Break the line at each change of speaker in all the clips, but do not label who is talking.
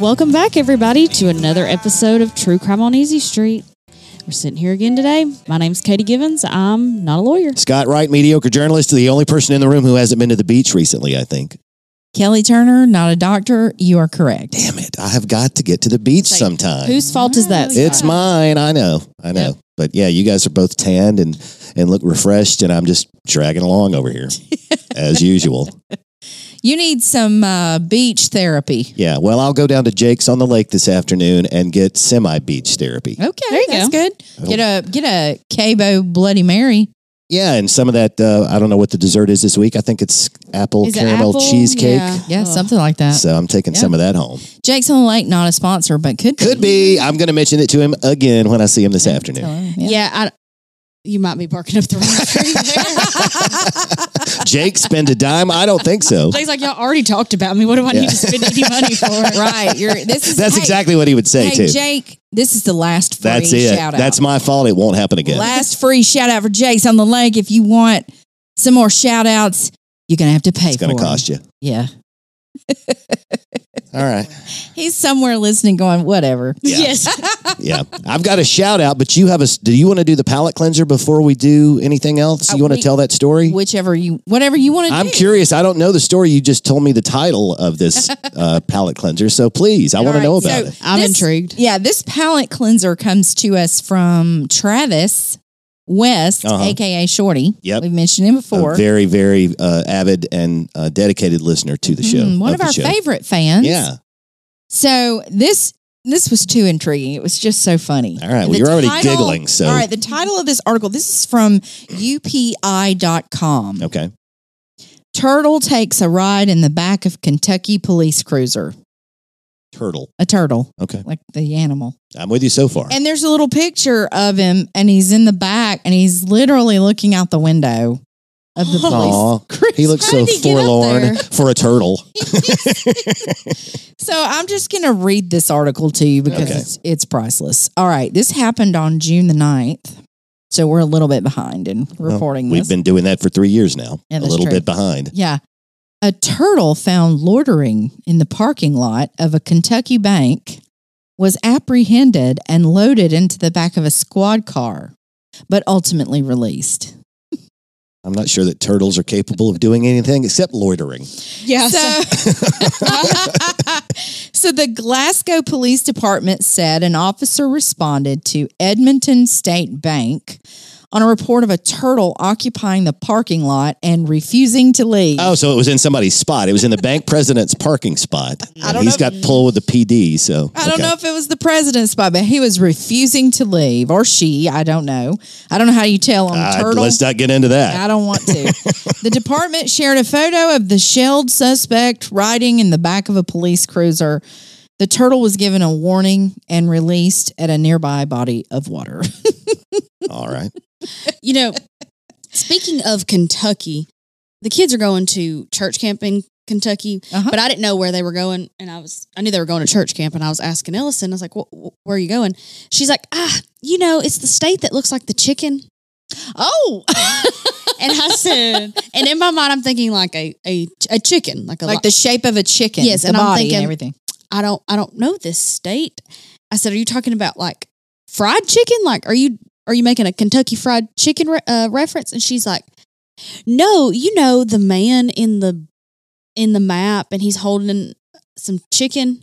Welcome back, everybody, to another episode of True Crime on Easy Street. We're sitting here again today. My name's Katie Givens. I'm not a lawyer.
Scott Wright, mediocre journalist, the only person in the room who hasn't been to the beach recently, I think.
Kelly Turner, not a doctor. You are correct.
Damn it. I have got to get to the beach
Like,
sometime.
Whose fault is that?
it's
Scott?
mine. I know. I know. But yeah, you guys are both tanned and, and look refreshed, and I'm just dragging along over here as usual.
You need some uh, beach therapy.
Yeah. Well, I'll go down to Jake's on the lake this afternoon and get semi beach therapy.
Okay,
There you
that's
Oh.
good. Get a get a Cabo Bloody Mary.
Yeah. And some of that, uh, I don't know what the dessert is this week. I think it's apple
Is it
caramel
apple?
cheesecake.
Yeah.
Yeah,
Ugh.
something like that.
So I'm taking
Yeah.
some of that home.
Jake's on the Lake, not a sponsor, but could be.
Could be. I'm going to mention it to him again when I see him this afternoon.
Tell him,
Yeah,
yeah.
I, you might be barking up the wrong tree there.
Jake spend a dime? I don't think so.
Things like y'all already talked about me. What do I
Yeah.
need to spend any money for?
right. You're. This is
That's
hey,
exactly what he would say
Hey,
too.
Jake, this is the last free
That's it.
shout out.
That's my fault. It won't happen again.
last free shout out for Jake's on the Lake. If you want some more shout outs, you're gonna have to pay.
it's going
for
to
them.
cost you.
Yeah,
All right.
he's somewhere listening, going whatever.
Yeah.
Yes.
Yeah. I've got a shout out, but you have a. s- Do you want to do the palate cleanser before we do anything else?
Uh,
You want to
we-
tell that story?
Whichever you, whatever you want to do.
I'm curious. I don't know the story. You just told me the title of this uh, palate cleanser. So please, I want
All
to
right,
know about
so-
it.
I'm
This-
intrigued.
Yeah, this palette cleanser comes to us from Travis West,
Uh-huh.
aka Shorty.
Yep.
we've mentioned him
A
before.
very, very uh, avid and uh, dedicated listener to the show.
Mm, one of
the
our
show.
favorite fans.
Yeah.
So this this was too intriguing. It was just so funny.
All right.
And
Well,
the
you're already
title-
giggling. So
All right, the title of this article. This is from upi.com.
okay.
Turtle takes a ride in the back of Kentucky police cruiser.
Turtle.
A turtle,
Okay.
like the animal.
I'm with you so far.
And there's a little picture of him, and he's in the back, and he's literally looking out the window of the police.
Aw,
Chris,
he looks
how
so
did he get up
forlorn
there?
for a turtle.
So I'm just going to read this article to you because
Okay.
it's, it's priceless. All right. This happened on June the 9th. So we're a little bit behind in reporting
We've
this.
been doing that for three years now.
Yeah,
a
that's
little
true.
bit behind.
yeah. A turtle found loitering in the parking lot of a Kentucky bank was apprehended and loaded into the back of a squad car, but ultimately released.
I'm not sure that turtles are capable of doing anything except loitering.
Yeah.
So, so the Glasgow Police Department said an officer responded to Edmonton State Bank on a report of a turtle occupying the parking lot and refusing to leave.
Oh, so it was in somebody's spot. It was in the bank president's parking spot.
I
And
don't
he's
know
got pull with the PD. So
I don't
okay.
know if it was the president's spot, but he was refusing to leave, or she. I don't know. I don't know how you tell on
Uh,
a turtle.
let's not get into that.
I don't want to. the department shared a photo of the shelled suspect riding in the back of a police cruiser. The turtle was given a warning and released at a nearby body of water.
All right.
You know, speaking of Kentucky, the kids are going to church camp in Kentucky,
Uh-huh.
but I didn't know where they were going. And I was, I knew they were going to church camp, and I was asking Ellison, I was like, "Wh- wh- "Where are you going?" She's like, "Ah, you know, it's the state that looks like the chicken."
Oh,
And I said, and in my mind, I'm thinking like a a, a chicken, like a
like the shape of a chicken.
Yes,
the
and I'm
body
thinking-
and everything.
I don't I don't know this state. I said, are you talking about like fried chicken? Like, are you are you making a Kentucky Fried Chicken re- uh, reference? And she's like, no, you know the man in the in the map, and he's holding some chicken.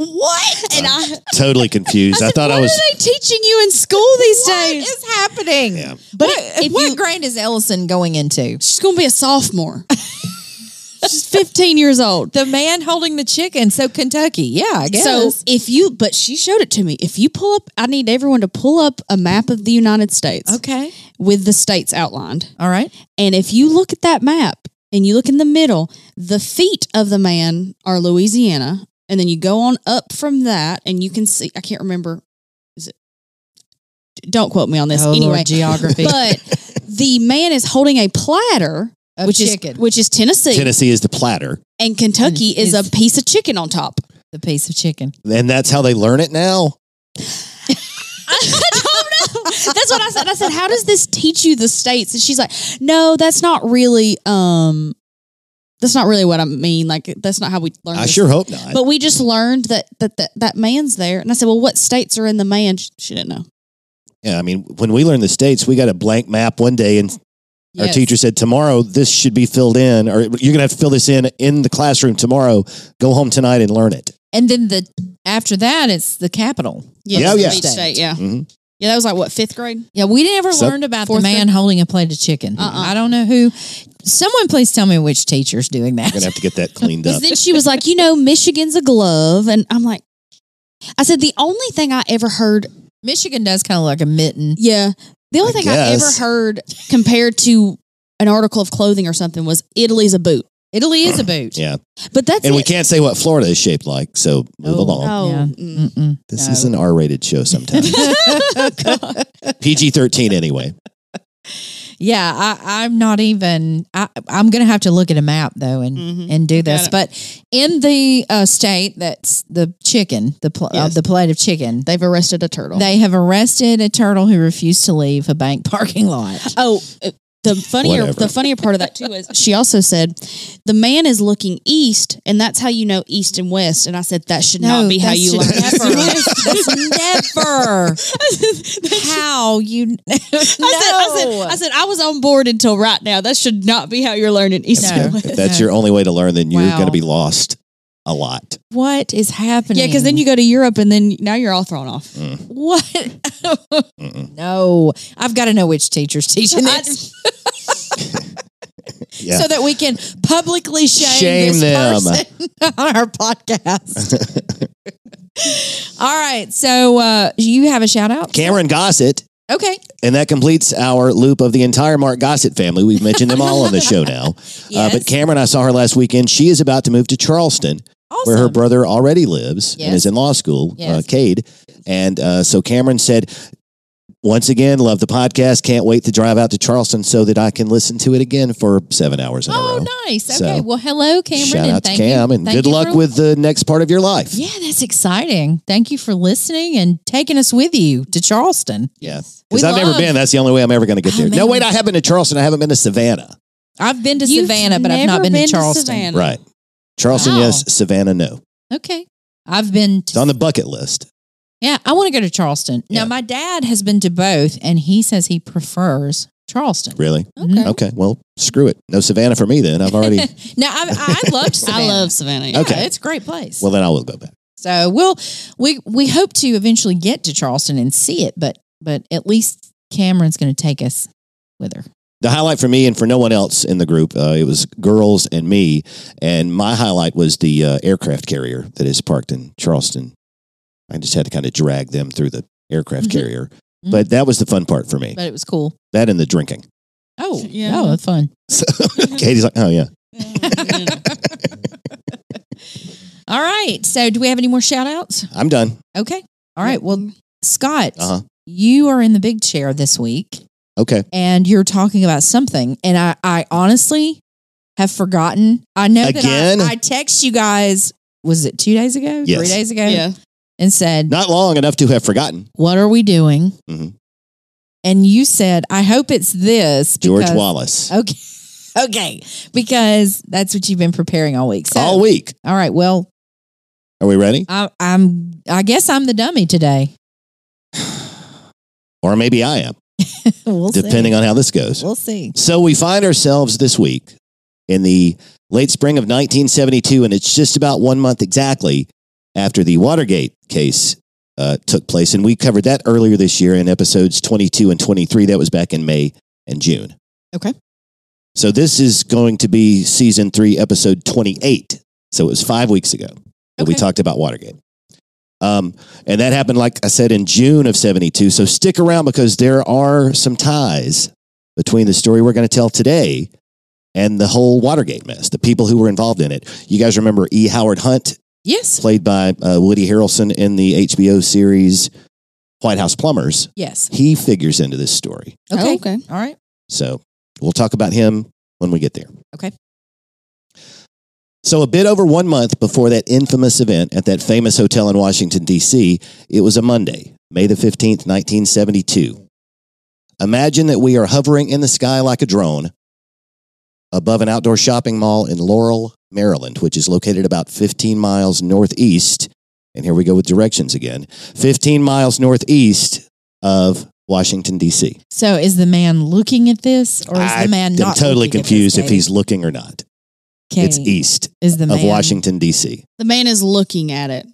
What? And I,
Totally confused. I,
said,
thought
what
I was.
are they teaching you in school these
What
days?
is happening?
Yeah.
But
if- if
what, what
you-
grade is Ellison going into?
She's gonna be a sophomore. She's 15 years old.
The man holding the chicken. So Kentucky. Yeah, I guess.
So if you, but she showed it to me. If you pull up, I need everyone to pull up a map of the United States
okay.
with the states outlined.
All right.
And if you look at that map and you look in the middle, the feet of the man are Louisiana. And then you go on up from that and you can see, I can't remember. Is it? Don't quote me on this.
Oh, Lord,
anyway,
geography.
but the man is holding a platter,
Of
which
chicken.
is, which is Tennessee,
Tennessee is the platter.
and Kentucky
And
is a
is-
piece of chicken on top.
the piece of chicken.
And that's how they learn it now.
I don't know. That's what I said. I said, "How does this teach you the states?" And she's like, "No, that's not really um that's not really what I mean. Like that's not how we learned.
I
this.
sure hope not.
But we just learned that that that, that man's there, and I said, "Well, what states are in the man?" She, she didn't know.
yeah, I mean, when we learned the states, we got a blank map one day, and our
Yes.
teacher said tomorrow this should be filled in, or you're gonna have to fill this in in the classroom tomorrow. Go home tonight and learn it.
And then the after that, it's the capital.
Yeah,
it's
yeah.
the Beach state. Yeah,
hmm
yeah. That was like what fifth grade.
Yeah, we never
So-
learned about the
Fourth
man holding a plate of chicken.
Uh-uh.
I don't know who. Someone please tell me which teacher's doing that.
We're gonna have to get that cleaned
Because
up.
then she was like, you know, Michigan's a glove, and I'm like, I said the only thing I ever heard,
Michigan does kind of like a mitten.
yeah, the only
I
thing I ever
guess.
heard compared to an article of clothing or something was Italy's a boot,
Italy is a boot.
Yeah.
but that's
and we
it.
can't say what Florida is shaped like, so move
Oh.
along.
Oh,
Yeah.
mm.
Mm-mm.
This
no.
is an R-rated show sometimes. PG thirteen anyway.
yeah, I, I'm not even. I, I'm going to have to look at a map though and
Mhm.
and do
Got
this.
it.
But in the uh, state that's the chicken, the pl- uh,
Yes.
the plate of chicken,
they've arrested a turtle.
they have arrested a turtle who refused to leave a bank parking lot.
Oh, uh, the funnier
Whatever.
the funnier part of that too is she also said the man is looking east, and that's how you know east and west. And I said that should not be how
that's
you learn.
just Never.
I
that's never how you. no.
said, I said, I said, I was on board until right now. That should not be how you're learning east
No.
and
Yeah.
west.
If that's
No.
your only way to learn, then you're
Wow.
going to be lost a lot.
what is happening?
Yeah, because then you go to Europe, and then now you're all thrown off.
Mm,
what?
mm-mm.
no, I've got to know which teacher's teaching
I-
this,
Yeah.
so that we can publicly shame,
Shame
this
them.
person on our podcast. All right, so uh, you have a shout out.
Cameron Gossett.
Okay,
And that completes our loop of the entire Mark Gossett family. We've mentioned them all on the show now.
yes,
Uh, but Cameron, I saw her last weekend. She is about to move to Charleston,
awesome.
where her brother already lives and
Yes.
is in law school,
Yes.
uh, Cade. And uh, so Cameron said, once again, love the podcast. Can't wait to drive out to Charleston so that I can listen to it again for seven hours in a row.
Oh, nice. Okay.
So,
well, hello, Cameron.
Shout
and
out to
thank
Cam
you.
and
Thank
good
you
luck
for-
with the next part of your life.
Yeah, that's exciting. Thank you for listening and taking us with you to Charleston.
Yeah.
We
Because I've never
love-
been. That's the only way I'm ever going to get
Oh,
there. no,
man.
wait, I have been to Charleston. I haven't been to Savannah.
I've been to
You've
Savannah, but I've
never
not been,
been
to
to
Charleston.
Savannah. No.
Right. Charleston,
Wow.
yes. Savannah, no.
Okay. I've been
It's
to,
on the bucket list.
yeah, I want to go to Charleston.
Yeah.
Now, my dad has been to both and he says he prefers Charleston.
Really?
Mhm.
Okay.
Mm-hmm. Okay. Well, screw it. No Savannah for me then. I've already.
Now, I, I loved Savannah.
I love Savannah.
yeah,
Okay.
It's a great place.
well, then I will go back.
so we'll, we, we hope to eventually get to Charleston and see it, but, but at least Cameron's going to take us with her.
The highlight for me and for no one else in the group, uh, it was girls and me. And my highlight was the uh, aircraft carrier that is parked in Charleston. I just had to kind of drag them through the aircraft
Mhm.
carrier.
Mhm.
But that was the fun part for me.
But it was cool.
that and the drinking.
Oh,
Yeah.
yeah. Oh, that's fun.
So
Mm-hmm.
Katie's like, oh, yeah.
All right. So, do we have any more shout outs?
I'm done.
Okay. All right. Well, Scott,
Uh huh.
you are in the big chair this week
Okay.
and you're talking about something. And I, I honestly have forgotten. I know
Again?
that I, I text you guys, was it two days ago?
Yes.
Three days ago?
yeah.
And said,
Not long enough to have forgotten.
What are we doing?
Mhm.
And you said, I hope it's this.
George
because- Oh,
Wallace.
Okay. Okay. Because that's what you've been preparing all week. So,
All week.
all right. Well,
Are we ready?
I, I'm. I guess I'm the dummy today.
Or maybe I am,
we'll
depending
see.
on how this goes.
we'll see.
So we find ourselves this week in the late spring of 1972, and it's just about one month exactly after the Watergate case uh, took place. And we covered that earlier this year in episodes 22 and 23. That was back in May and June.
Okay.
So this is going to be season three, episode 28. So it was five weeks ago that we
Okay.
talked about Watergate. Um, and that happened, like I said, in June of 72. So stick around because there are some ties between the story we're going to tell today and the whole Watergate mess, the people who were involved in it. You guys remember E. Howard Hunt,
Yes.
played by uh, Woody Harrelson in the HBO series White House Plumbers.
Yes.
He figures into this story.
Okay.
Oh, okay.
All right.
So we'll talk about him when we get there.
Okay.
So, a bit over one month before that infamous event at that famous hotel in Washington, D.C., it was a Monday, May the 15th, 1972. Imagine that we are hovering in the sky like a drone, above an outdoor shopping mall in Laurel, Maryland, which is located about 15 miles northeast. And here we go with directions again 15 miles northeast of Washington, D.C.
So is the man looking at this or is
I
the man
I'm
not?
totally
looking at this,
confused if
Katie?
he's looking or not.
Katie,
It's east
is the
of
man,
Washington, D.C.
The man is looking at it.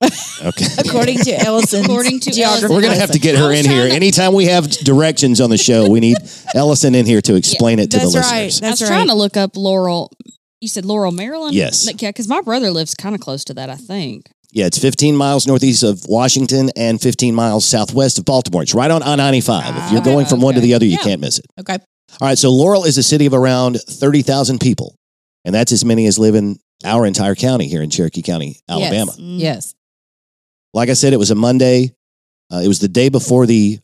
Okay.
According to Ellison,
According to
geography.
Ellison.
We're going to have to get her
I was
in here.
trying to-
Anytime we have directions on the show, we need Ellison in here to explain it to the
That's
I
listeners.
right.
was
That's right.
trying to look up Laurel. You said Laurel, Maryland?
Yes.
Like, Yeah, because my brother lives kind of close to that, I think.
Yeah, it's 15 miles northeast of Washington and 15 miles southwest of Baltimore. It's right on I 95. if you're
Ah,
going from one to
okay.
the other, you
Yeah.
can't miss it.
Okay.
All right, so Laurel is a city of around 30,000 people, and that's as many as live in our entire county here in Cherokee County, Alabama.
Mm.
Yes.
Like I said, it was a Monday. Uh, it was the day before the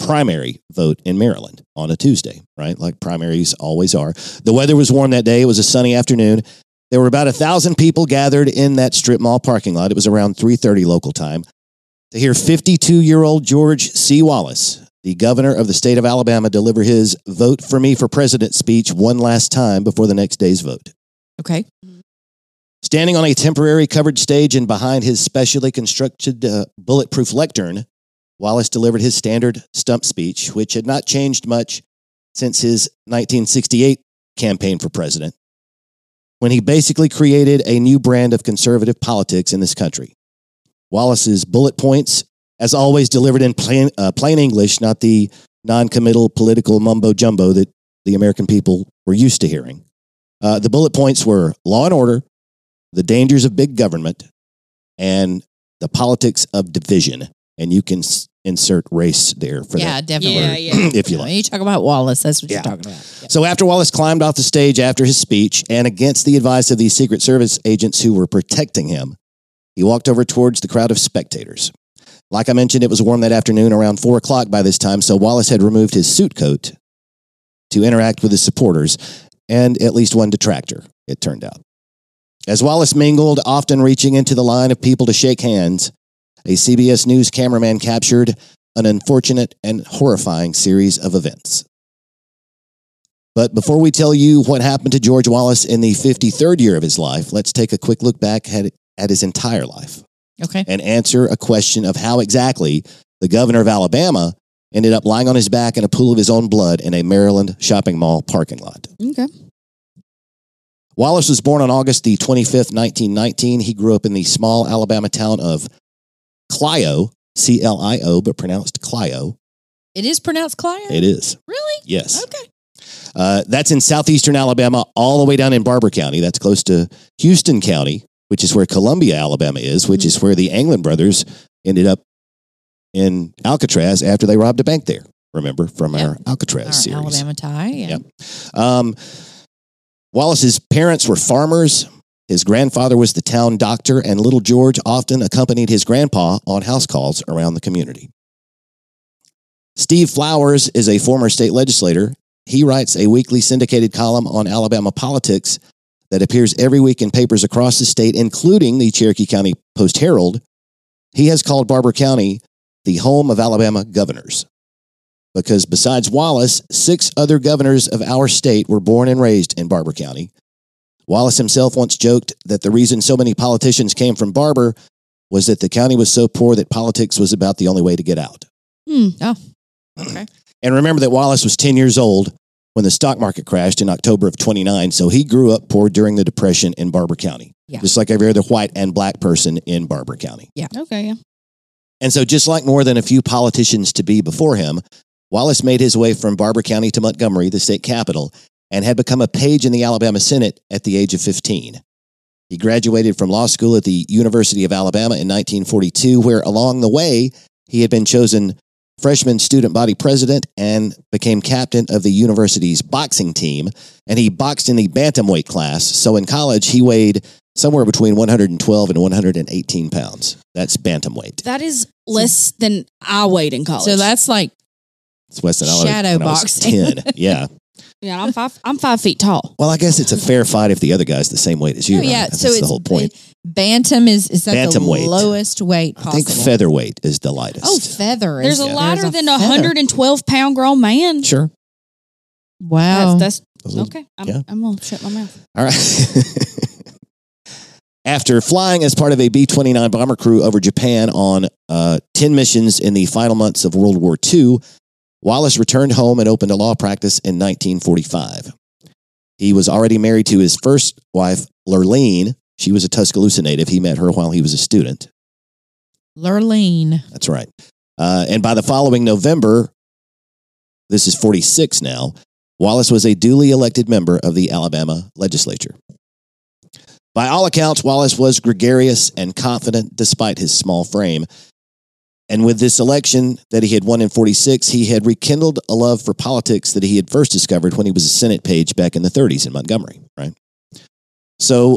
primary vote in Maryland on a Tuesday, right? Like primaries always are. The weather was warm that day. It was a sunny afternoon. There were about a thousand people gathered in that strip mall parking lot. It was around 3.30 local time to hear 52-year-old George C. Wallace, the governor of the state of Alabama, deliver his vote for me for president speech one last time before the next day's vote.
Okay.
Standing on a temporary covered stage and behind his specially constructed uh, bulletproof lectern, Wallace delivered his standard stump speech, which had not changed much since his 1968 campaign for president, when he basically created a new brand of conservative politics in this country. Wallace's bullet points, as always, delivered in plain, uh, plain English, not the noncommittal political mumbo jumbo that the American people were used to hearing. Uh, the bullet points were law and order, the dangers of big government and the politics of division. And you can s- insert race there for
yeah,
that
definitely.
Yeah, yeah.
if you
When
like.
you talk about Wallace, that's what
Yeah.
you're talking about. Yeah.
So after Wallace climbed off the stage after his speech and against the advice of these Secret Service agents who were protecting him, he walked over towards the crowd of spectators. Like I mentioned, it was warm that afternoon around four o'clock by this time, so Wallace had removed his suit coat to interact with his supporters and at least one detractor, it turned out. As Wallace mingled, often reaching into the line of people to shake hands, a CBS News cameraman captured an unfortunate and horrifying series of events. But before we tell you what happened to George Wallace in the 53rd year of his life, let's take a quick look back at, at his entire life
Okay.
and answer a question of how exactly the governor of Alabama ended up lying on his back in a pool of his own blood in a Maryland shopping mall parking lot.
Okay.
Wallace was born on August the 25th, 1919. He grew up in the small Alabama town of Clio, C L I O, but pronounced Clio.
It is pronounced Clio?
It is.
Really?
Yes.
Okay.
Uh, that's in southeastern Alabama, all the way down in Barber County. That's close to Houston County, which is where Columbia, Alabama is,
Mm-hmm.
which is where the Anglin brothers ended up in Alcatraz after they robbed a bank there. Remember from
Yeah.
our Alcatraz
Our
series.
Alabama tie. Yeah.
Yep. Um, Wallace's parents were farmers. His grandfather was the town doctor, and little George often accompanied his grandpa on house calls around the community. Steve Flowers is a former state legislator. He writes a weekly syndicated column on Alabama politics that appears every week in papers across the state, including the Cherokee County Post Herald. He has called Barber County the home of Alabama governors because besides Wallace, six other governors of our state were born and raised in Barber County. Wallace himself once joked that the reason so many politicians came from Barber was that the county was so poor that politics was about the only way to get out.
Hmm.
Oh. Okay.
And remember that Wallace was 10 years old when the stock market crashed in October of 29, so he grew up poor during the Depression in Barber County,
Yeah.
just like every other white and black person in Barber County.
Okay. Yeah.
And so, just like more than a few politicians to be before him, Wallace made his way from Barber County to Montgomery, the state capital, and had become a page in the Alabama Senate at the age of 15. He graduated from law school at the University of Alabama in 1942, where along the way, he had been chosen freshman student body president and became captain of the university's boxing team. And he boxed in the bantamweight class. So in college, he weighed somewhere between 112 and 118 pounds. That's bantamweight.
That is less than I weighed in college.
So that's like,
It's less than I was
Shadow
when I was
boxing.
10. Yeah.
yeah. I'm five. I'm five feet tall.
Well, I guess it's a fair fight if the other guy's the same weight as you.
oh,
right?
yeah.
That's
so
the
it's
whole point.
Bantam is, is that the
Bantam weight.
lowest weight
I
possible?
think featherweight is the lightest.
Oh, feather.
There's
is,
a lighter than a
feather.
112 pound grown man.
sure.
Wow.
That's,
Those
that's
little-
okay. I'm,
yeah.
I'm gonna shut my mouth.
All right. After flying as part of a B 29 bomber crew over Japan on uh, 10 missions in the final months of World War II, Wallace returned home and opened a law practice in 1945. He was already married to his first wife, Lurleen. She was a Tuscaloosa native. He met her while he was a student.
Lurleen.
That's right. Uh, and by the following November, this is 46 now, Wallace was a duly elected member of the Alabama legislature. By all accounts, Wallace was gregarious and confident despite his small frame. And with this election that he had won in 46, he had rekindled a love for politics that he had first discovered when he was a Senate page back in the 30s in Montgomery, right? So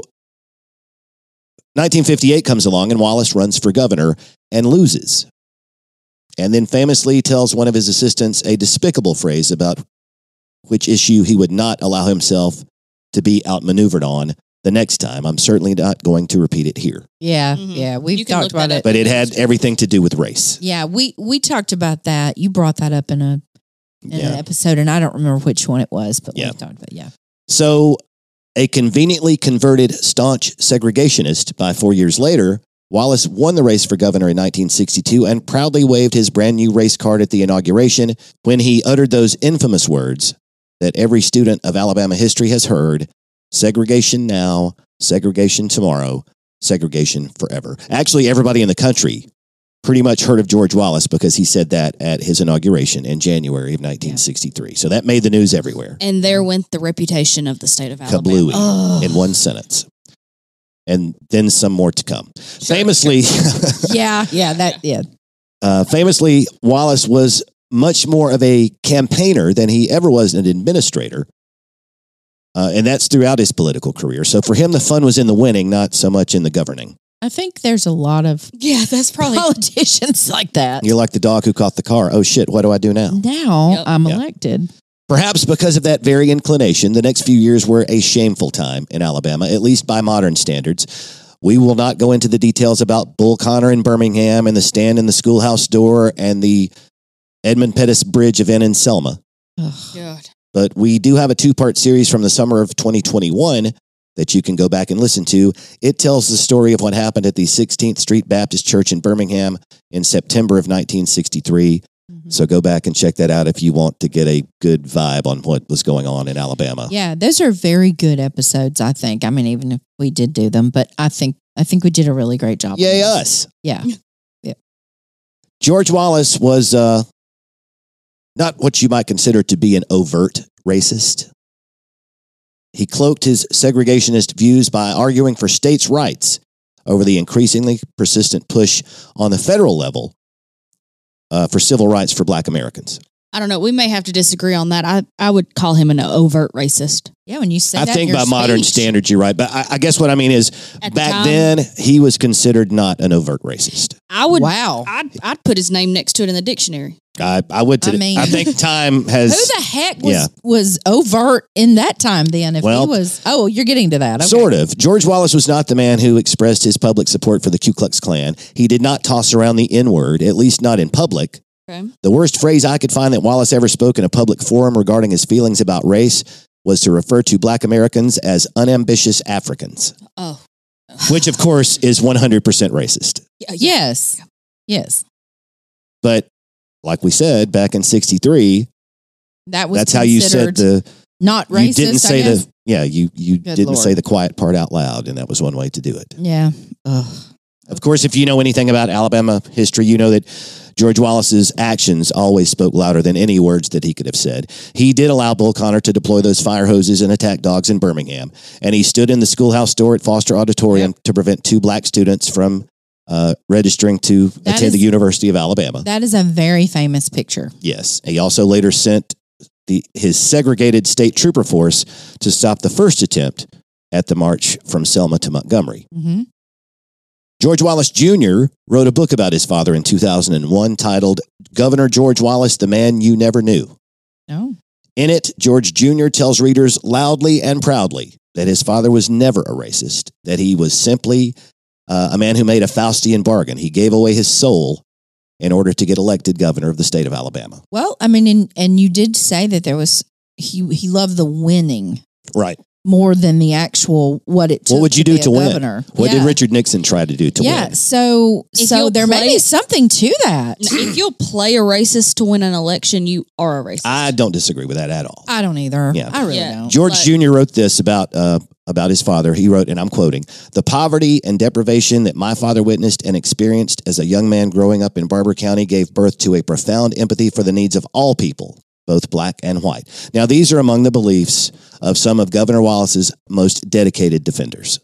1958 comes along and Wallace runs for governor and loses. And then famously tells one of his assistants a despicable phrase about which issue he would not allow himself to be outmaneuvered on the next time. I'm certainly not going to repeat it here,
Yeah,
Mhm.
yeah. We've
You can
talked
look
about
that
it.
up.
but it had everything to do with race.
Yeah, we we talked about that. You brought that up in a in an
Yeah.
episode, and I don't remember which one it was, but
Yeah.
we talked about yeah.
So, a conveniently converted staunch segregationist, by four years later, Wallace won the race for governor in 1962 and proudly waved his brand new race card at the inauguration when he uttered those infamous words that every student of Alabama history has heard segregation now, segregation tomorrow, segregation forever. Actually, everybody in the country pretty much heard of George Wallace because he said that at his inauguration in January of 1963. So that made the news everywhere.
And there went the reputation of the state of Alabama.
Kablooey
Oh,
in one sentence. And then some more to come. Famously,
yeah, yeah. That yeah.
uh, famously, Wallace was much more of a campaigner than he ever was an administrator. Uh, and that's throughout his political career. So for him, the fun was in the winning, not so much in the governing.
I think there's a lot of
Yeah, that's probably
politicians like that.
You're like the dog who caught the car. Oh shit, what do I do now?
Now
Yep.
I'm
Yeah.
elected.
Perhaps because of that very inclination, the next few years were a shameful time in Alabama, at least by modern standards. We will not go into the details about Bull Connor in Birmingham and the stand in the schoolhouse door and the Edmund Pettus Bridge event in Selma,
Ugh.
God.
but we do have a two part series from the summer of 2021 that you can go back and listen to. It tells the story of what happened at the 16th Street Baptist Church in Birmingham in September of 1963.
Mhm.
So go back and check that out if you want to get a good vibe on what was going on in Alabama.
Yeah, those are very good episodes. I think. I mean, even if we did do them, but I think I think we did a really great job. on
Yay,
those.
us.
Yeah.
George Wallace was uh, not what you might consider to be an overt racist. He cloaked his segregationist views by arguing for states' rights over the increasingly persistent push on the federal level uh, for civil rights for black Americans.
I don't know. We may have to disagree on that. I, I would call him an overt racist.
Yeah, when you say
I
that in
think
your
by modern
speech-
standards, you're right. But I, I guess what I mean is
At the
back
time-
then, he was considered not an overt racist.
I
Oh,
would.
Wow.
I'd, I'd put his name next to it in the dictionary.
I, I would
I
today. I,
mean-
think time
Who
has.
the heck was
Yeah.
was overt in that time then? If
Well-
he was, oh, you're getting to that. Okay.
Sort of. George Wallace was not the man who expressed his public support for the Ku Klux Klan. He did not toss around the N word, at least not in public.
Okay.
The worst phrase I could find that Wallace ever spoke in a public forum regarding his feelings about race was to refer to black Americans as unambitious Africans,
Oh.
which, of course, is 100% racist.
Yeah. yeah.
Yes. Yes.
But like we said back in 63,
That was
that's how you said
considered
the.
not racist.
you didn't say
I guess.
the. Yeah, you, you
Good
didn't say
Lord.
the quiet part out loud, and that was one way to do it.
Yeah.
Of course, if you know anything about Alabama history, you know that George Wallace's actions always spoke louder than any words that he could have said. He did allow Bull Connor to deploy those fire hoses and attack dogs in Birmingham, and he stood in the schoolhouse door at Foster Auditorium to prevent two black students from uh, registering to
That
attend
is-
the University of Alabama.
That is a very famous picture.
yes, he also later sent the, his segregated state trooper force to stop the first attempt at the march from Selma to Montgomery.
Mm-hmm.
George Wallace Jr. wrote a book about his father in 2001 titled Governor George Wallace, the Man You Never Knew.
No.
In it, George Jr. tells readers loudly and proudly that his father was never a racist, that he was simply uh, a man who made a Faustian bargain. He gave away his soul in order to get elected governor of the state of Alabama.
Well, I mean, and, and you did say that there was he he loved the winning
Right.
more than the actual what it took.
What would you
to
do
be
to
a
win?
governor.
What
yeah.
did Richard Nixon try to do to
yeah,
win?
so
If
so
you'll
there may
play-
be something to that.
if you'll play a racist to win an election, you are a racist.
I don't disagree with that at all.
I don't either.
Yeah.
I really
Yeah.
don't.
George
Like-
Jr. wrote this about uh, about his father. He wrote, and I'm quoting: "The poverty and deprivation that my father witnessed and experienced as a young man growing up in Barber County gave birth to a profound empathy for the needs of all people, both black and white." Now, these are among the beliefs of some of Governor Wallace's most dedicated defenders.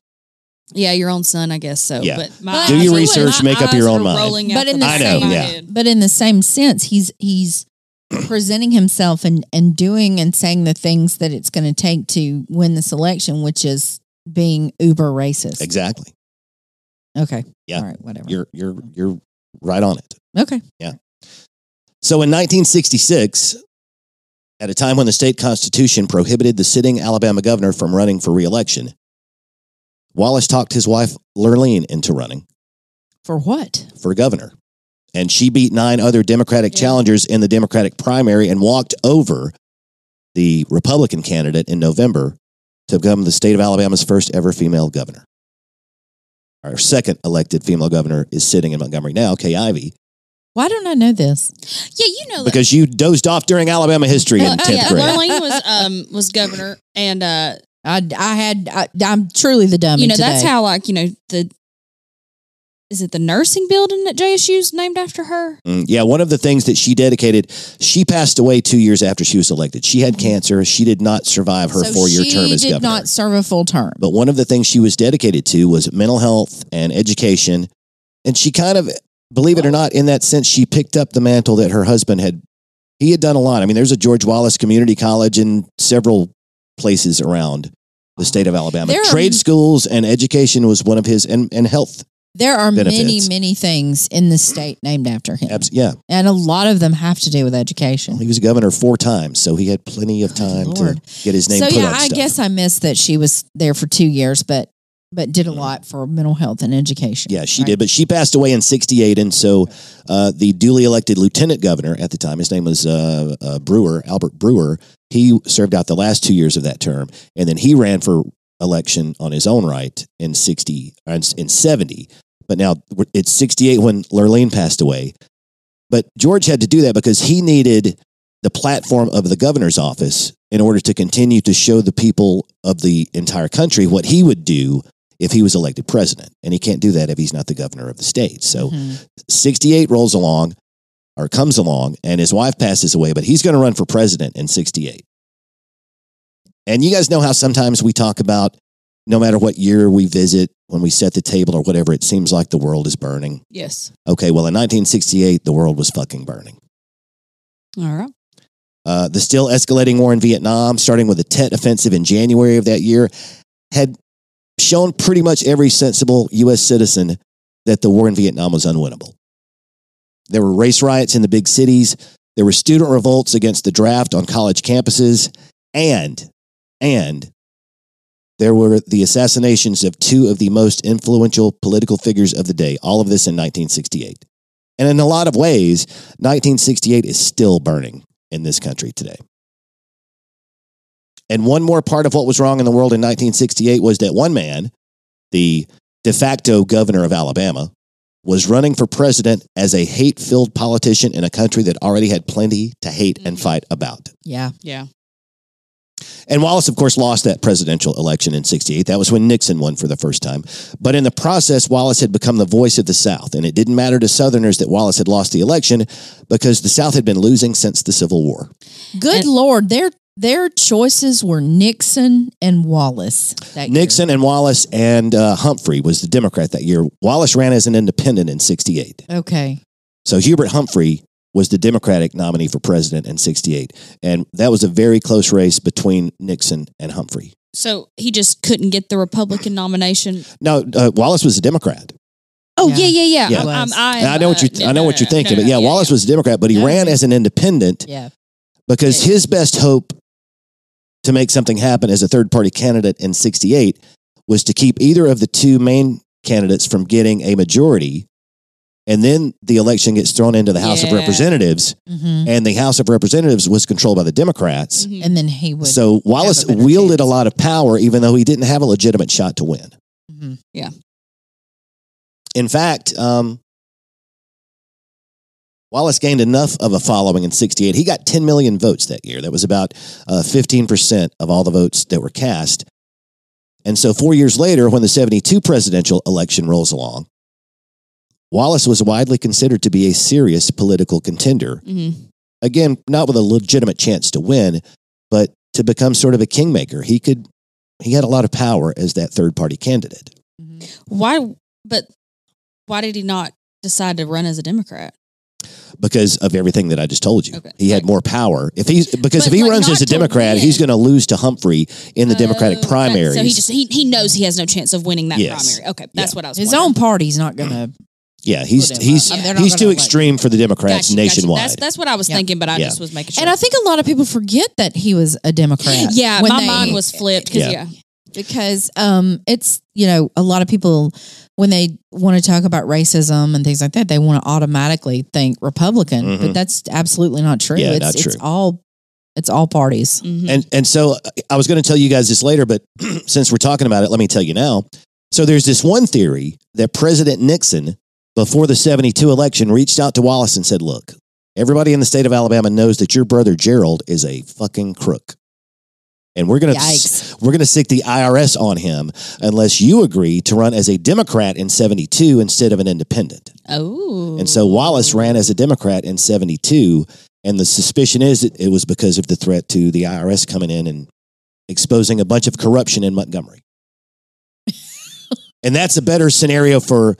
yeah, your own son, I guess so.
Yeah.
But
But- Do your
research, make up your own mind.
But in the
I know,
same-
yeah.
But in the same sense, he's he's presenting himself and and doing and saying the things that it's going to take to win this election, which is being uber racist.
Exactly.
Okay.
Yeah.
All right. Whatever.
You're you're you're right on it.
okay.
So in 1966, at a time when the state constitution prohibited the sitting Alabama governor from running for reelection, Wallace talked his wife, Lurleen, into running
For what?
for governor. And she beat nine other Democratic
Yeah.
challengers in the Democratic primary and walked over the Republican candidate in November to become the state of Alabama's first ever female governor. Our second elected female governor is sitting in Montgomery now, Kay Ivey,
Why don't I know this?
Yeah, you know, like,
because you dozed off during Alabama history in
well,
10th
yeah,
grade.
Lurleen was um was governor, and uh,
I, I had I, I'm truly the dummy.
you know
today.
that's how like you know the is it the nursing building at JSU is named after her?
Mm, yeah, one of the things that she dedicated, she passed away two years after she was elected. She had cancer. She did not survive her
So
four year
she
term as
did
governor.
not serve a full term.
but one of the things she was dedicated to was mental health and education. And she kind of, believe it or not, in that sense, she picked up the mantle that her husband had. He had done a lot. I mean, there's a George Wallace Community College in several places around the state of Alabama.
There are-
Trade schools and education was one of his, and, and health.
There are many
Benefits.
many things in the state named after him,
Abs- Yeah.
and a lot of them have to do with education.
He was governor four times, so he had plenty of time to
Oh, Lord.
get his name
so
put
yeah,
on
I
stuff.
guess I missed that she was there for two years, but but did a lot for mental health and education.
Mm-hmm. yeah, she
right?
did, but she passed away in '68, and so uh, the duly elected lieutenant governor at the time, his name was uh, uh, Brewer, Albert Brewer. He served out the last two years of that term, and then he ran for election on his own right in '60 in '70. But now we're- it's '68 when Lurleen passed away. But George had to do that because he needed the platform of the governor's office in order to continue to show the people of the entire country what he would do if he was elected president. And he can't do that if he's not the governor of the state. So
Mhm.
68 rolls along or comes along and his wife passes away, but he's going to run for president in 68. And you guys know how sometimes we talk about no matter what year we visit, when we set the table or whatever, it seems like the world is burning.
Yes.
Okay, well, in 1968, the world was fucking burning.
All right.
Uh, the still escalating war in Vietnam, starting with the Tet Offensive in January of that year, had shown pretty much every sensible U.S. citizen that the war in Vietnam was unwinnable. There were race riots in the big cities. There were student revolts against the draft on college campuses, and and there were the assassinations of two of the most influential political figures of the day. All of this in 1968, and in a lot of ways, 1968 is still burning in this country today. And one more part of what was wrong in the world in 1968 was that one man, the de facto governor of Alabama, was running for president as a hate filled politician in a country that already had plenty to hate and
Mhm.
fight about.
Yeah.
Yeah.
And Wallace, of course, lost that presidential election in 68. That was when Nixon won for the first time. But in the process, Wallace had become the voice of the South. And it didn't matter to Southerners that Wallace had lost the election because the South had been losing since the Civil War.
Good
And-
Lord, their their choices were Nixon and Wallace. that year.
Nixon and Wallace and uh, Humphrey was the Democrat that year. Wallace ran as an independent in 68.
Okay.
So Hubert Humphrey was the Democratic nominee for president in 68. And that was a very close race between Nixon and Humphrey.
So he just couldn't get the Republican nomination.
No, uh, Wallace was a Democrat.
Oh
Yeah.
yeah, yeah, yeah.
Yeah.
I'm- I'm- I'm,
And I know what
uh,
you
no,
I know
no,
what you're
no,
thinking,
no,
but yeah,
no,
Wallace was a Democrat, but he
No,
ran
no.
as an independent
Yeah.
because
Yeah.
his best hope to make something happen as a third party candidate in 68 was to keep either of the two main candidates from getting a majority And then the election gets thrown into the House of
Yeah.
Representatives,
Mm-hmm.
and the House of Representatives was controlled by the Democrats.
Mhm.
And then he would.
So Wallace
have a better
wielded a
chance.
lot of power, even though he didn't have a legitimate shot to win.
Mhm.
In fact, um, Wallace gained enough of a following in 68. He got 10 million votes that year. That was about uh, 15% of all the votes that were cast. And so, four years later, when the 72 presidential election rolls along, Wallace was widely considered to be a serious political contender.
Mhm.
Again, not with a legitimate chance to win, but to become sort of a kingmaker. He could, he had a lot of power as that third party candidate.
Mhm.
Why? But why did he not decide to run as a Democrat?
because of everything that I just told you.
Okay.
He had more power. If he's because
But,
if he
like,
runs
not
as a
to
Democrat,
win.
he's going to lose to Humphrey in the Democratic
Oh, that-
primaries.
So he just he, he knows he has no chance of winning that
Yes.
primary. Okay, that's what I was.
His
wondering.
own party's not going to.
yeah, he's
Whatever.
he's
I mean, they're not
he's
gonna
too
elect-
extreme for the Democrats
Gotcha, gotcha.
nationwide.
That's that's what I was
Yeah.
thinking, but I
Yeah.
just was making sure.
And I think a lot of people forget that he was a Democrat.
yeah,
when
my
they-
mind was flipped because
Yeah.
yeah.
because um, it's you know a lot of people when they want to talk about racism and things like that, they want to automatically think Republican,
Mhm.
but that's absolutely not true.
Yeah,
it's,
not
it's
true.
all it's all parties.
Mhm.
and and so uh, I was going to tell you guys this later, but since we're talking about it, let me tell you now. So there's this one theory that President Nixon, before the 72 election, reached out to Wallace and said, "Look, everybody in the state of Alabama knows that your brother Gerald is a fucking crook, and we're going to
Yikes!
we're going to stick the IRS on him unless you agree to run as a Democrat in 72 instead of an independent.
oh,
And so Wallace ran as a Democrat in 72. And the suspicion is that it was because of the threat to the IRS coming in and exposing a bunch of corruption in Montgomery. and that's a better scenario for,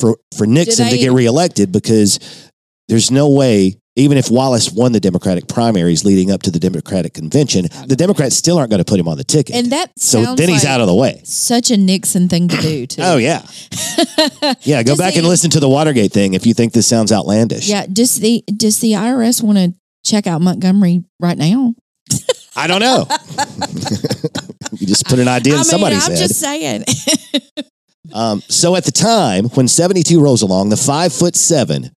for, for Nixon to
they-
get reelected because there's no way, even if Wallace won the Democratic primaries leading up to the Democratic convention, the Democrats still aren't going to put him on the ticket.
And that
so
sounds
then he's
like
out of the way.
such a Nixon thing to do. Too.
Oh yeah,
yeah.
yeah. Go
Just
back and
saying.
listen to the Watergate thing if you think this sounds outlandish.
Yeah, does the does the IRS want to check out Montgomery right now?
I don't know. you just put an idea in somebody's head.
saying.
Um, so at the time when seventy-two rolls along, the five foot seven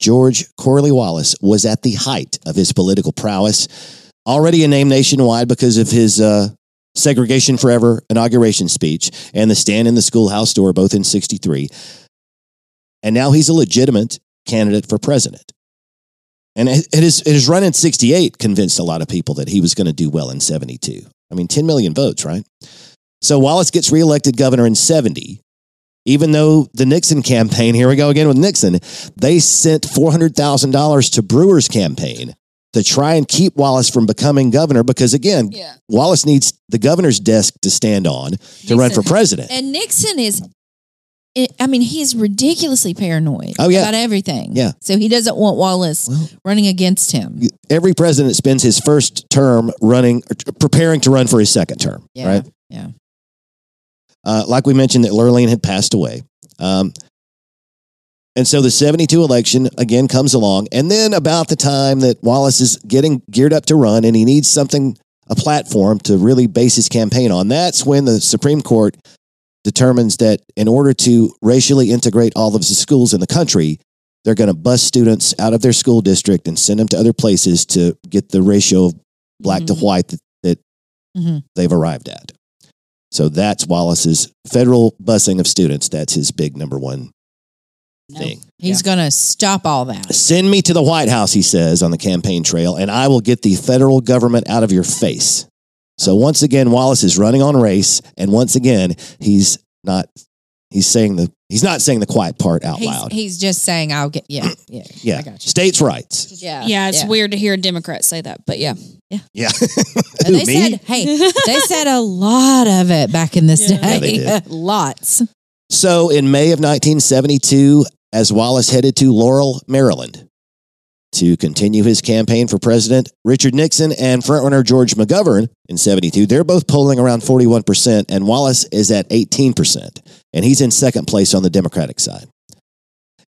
George Corley Wallace was at the height of his political prowess, already a name nationwide because of his uh, segregation forever inauguration speech and the stand in the schoolhouse door, both in '63. And now he's a legitimate candidate for president. And it it is it is run in 68 convinced a lot of people that he was going to do well in 72. I mean, 10 million votes, right? So Wallace gets reelected governor in 70, even though the Nixon campaign, here we go again with Nixon, they sent $400,000 to Brewer's campaign to try and keep Wallace from becoming governor because, again,
yeah.
Wallace needs the governor's desk to stand on to run for president.
and Nixon is, it, I mean, he's ridiculously paranoid.
Oh, yeah.
about everything.
Yeah.
so he doesn't want Wallace
Well-
running against him.
Every president spends his first term running, or t- preparing to run for his second term,
Yeah,
right?
yeah.
Uh, like we mentioned, that Lurleen had passed away. Um, and so the 72 election again comes along. And then about the time that Wallace is getting geared up to run and he needs something, a platform to really base his campaign on, that's when the Supreme Court determines that in order to racially integrate all of the schools in the country, they're going to bus students out of their school district and send them to other places to get the ratio of black
Mm-hmm.
Mm-hmm.
to white that, that
Mhm.
they've arrived at. So that's Wallace's federal busing of students. That's his big number one thing.
He's gonna stop all that.
Send me to the White House, he says on the campaign trail, and I will get the federal government out of your face. So once again, Wallace is running on race, and once again, he's not. He's saying the he's not saying the quiet part out
he's,
loud.
he's just saying, "I'll get yeah, yeah,
yeah,
I got you.
states' rights.
yeah,
Yeah, it's weird to hear a Democrat say that, but yeah.
Yeah,
And
Who,
they said, "Hey, they said a lot of it back in this
Yeah.
day.
Yeah, they did.
Lots.
So in May of 1972, as Wallace headed to Laurel, Maryland to continue his campaign for president, Richard Nixon and frontrunner George McGovern in 72, they're both polling around 41%, and Wallace is at 18%, and he's in second place on the Democratic side.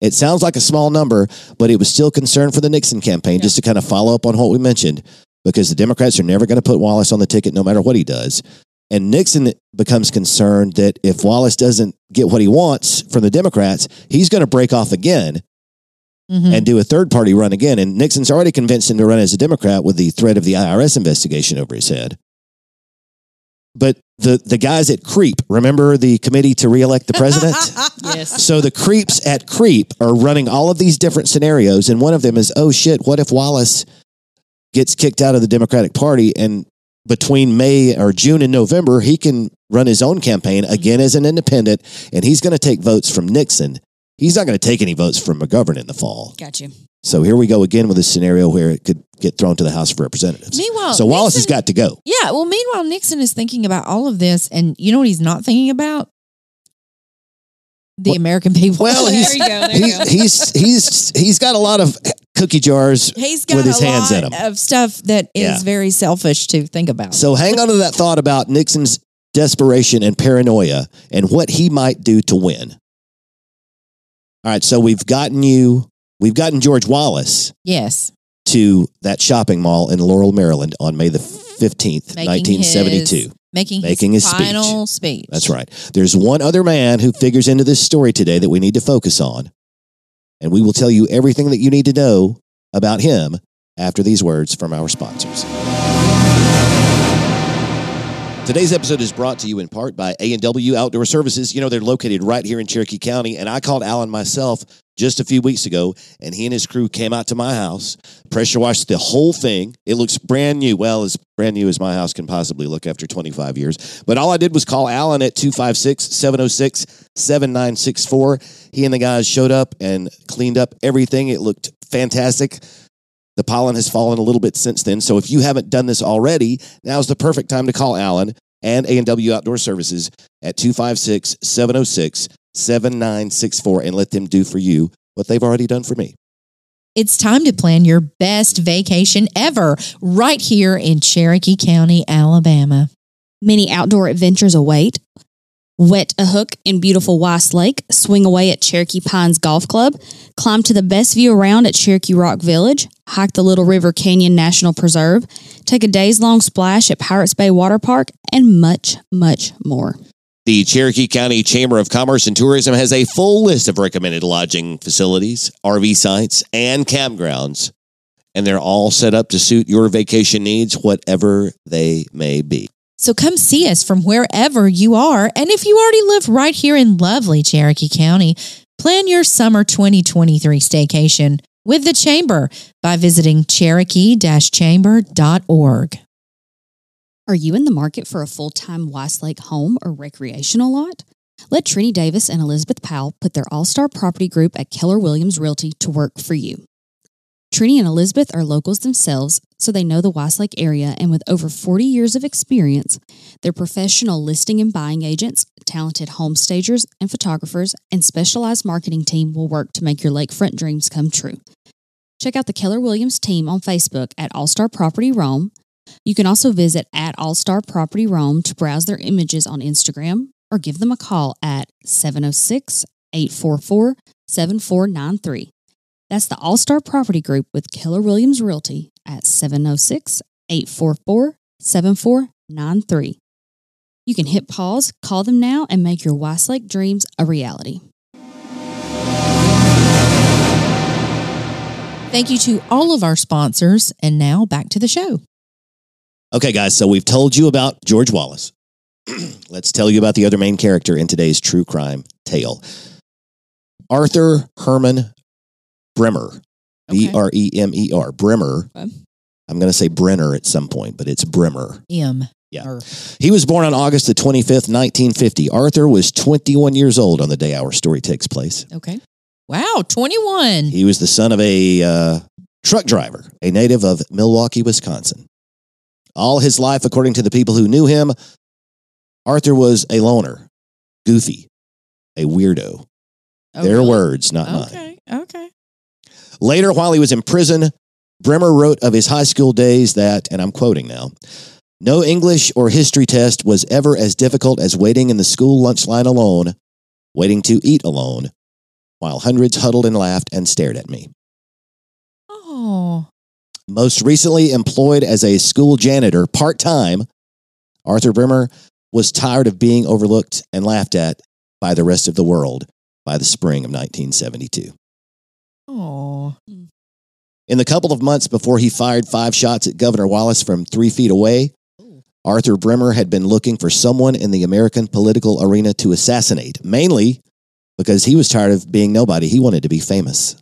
It sounds like a small number, but it was still concern for the Nixon campaign,
Yeah.
just to kind of follow up on what we mentioned, because the Democrats are never going to put Wallace on the ticket no matter what he does. And Nixon becomes concerned that if Wallace doesn't get what he wants from the Democrats, he's going to break off again
Mhm.
and do a third party run again. And Nixon's already convinced him to run as a Democrat with the threat of the IRS investigation over his head. But the, the guys at CREEP, remember the committee to reelect the president?
yes.
so the creeps at CREEP are running all of these different scenarios. And one of them is, oh shit, what if Wallace gets kicked out of the Democratic Party and between May or June and November, he can run his own campaign again as an independent and he's going to take votes from Nixon. He's not going to take any votes from McGovern in the fall.
Got you.
So here we go again with a scenario where it could get thrown to the House of Representatives.
Meanwhile,
so Wallace
Nixon-
has got to go.
Yeah. Well, meanwhile, Nixon is thinking about all of this, and you know what he's not thinking about? The
What?
American people.
Well, he's-
there you go. There you
He's,
go.
he's he's he's got a lot of cookie jars.
he's got
with his
a
hands
lot
in 'em.
of stuff that is
Yeah.
very selfish to think about.
So hang on to that thought about Nixon's desperation and paranoia and what he might do to win. All right, so we've gotten you we've gotten George Wallace
yes,
to that shopping mall in Laurel, Maryland on May the 15th,
Making
1972.
his- making his
Making his speech.
final speech.
That's right. There's one other man who figures into this story today that we need to focus on. And we will tell you everything that you need to know about him after these words from our sponsors. Today's episode is brought to you in part by A&W Outdoor Services. You know, they're located right here in Cherokee County, and I called Alan myself just a few weeks ago, and he and his crew came out to my house, pressure washed the whole thing. It looks brand new. Well, as brand new as my house can possibly look after 25 years. But all I did was call Alan at 256 706 7964. He and the guys showed up and cleaned up everything. It looked fantastic. The pollen has fallen a little bit since then. So if you haven't done this already, now's the perfect time to call Alan and A&W Outdoor Services at 256 706 7964 and let them do for you what they've already done for me.
It's time to plan your best vacation ever right here in Cherokee County, Alabama.
Many outdoor adventures await. Wet a hook in beautiful Weiss Lake, swing away at Cherokee Pines Golf Club, climb to the best view around at Cherokee Rock Village, hike the Little River Canyon National Preserve, take a days long splash at Pirates Bay Water Park, and much, much more.
The Cherokee County Chamber of Commerce and Tourism has a full list of recommended lodging facilities, RV sites, and campgrounds, and they're all set up to suit your vacation needs, whatever they may be.
So come see us from wherever you are. And if you already live right here in lovely Cherokee County, plan your summer 2023 staycation with the Chamber by visiting cherokee-chamber.org.
Are you in the market for a full time Weiss Lake home or recreational lot? Let Trini Davis and Elizabeth Powell put their All Star Property Group at Keller Williams Realty to work for you. Trini and Elizabeth are locals themselves, so they know the Weiss Lake area, and with over 40 years of experience, they're professional listing and buying agents, talented home stagers and photographers, and specialized marketing team will work to make your lakefront dreams come true. Check out the Keller Williams team on Facebook at All Star Property Rome you can also visit at All Star Property Rome to browse their images on Instagram or give them a call at 706 844 7493. That's the All Star Property Group with Keller Williams Realty at 706 844 7493. You can hit pause, call them now, and make your Westlake dreams a reality.
Thank you to all of our sponsors. And now back to the show.
Okay, guys, so we've told you about George Wallace. Let's tell you about the other main character in today's true crime tale Arthur Herman Bremer. B
Okay.
R E M E R. Bremer.
Okay.
I'm going to say Brenner at some point, but it's Bremer.
M.
Yeah.
Or-
He was born on August the 25th, 1950. Arthur was 21 years old on the day our story takes place.
Okay. Wow, 21.
He was the son of a uh, truck driver, a native of Milwaukee, Wisconsin. All his life, according to the people who knew him, Arthur was a loner, goofy, a weirdo.
Oh,
Their
really?
words, not mine.
Okay. Okay.
Later, while he was in prison, Bremer wrote of his high school days that, and I'm quoting now, no English or history test was ever as difficult as waiting in the school lunch line alone, waiting to eat alone, while hundreds huddled and laughed and stared at me.
Oh.
Most recently employed as a school janitor part time, Arthur Bremer was tired of being overlooked and laughed at by the rest of the world by the spring of 1972.
Oh,
In the couple of months before he fired five shots at Governor Wallace from three feet away, Arthur Bremer had been looking for someone in the American political arena to assassinate, mainly because he was tired of being nobody. He wanted to be famous.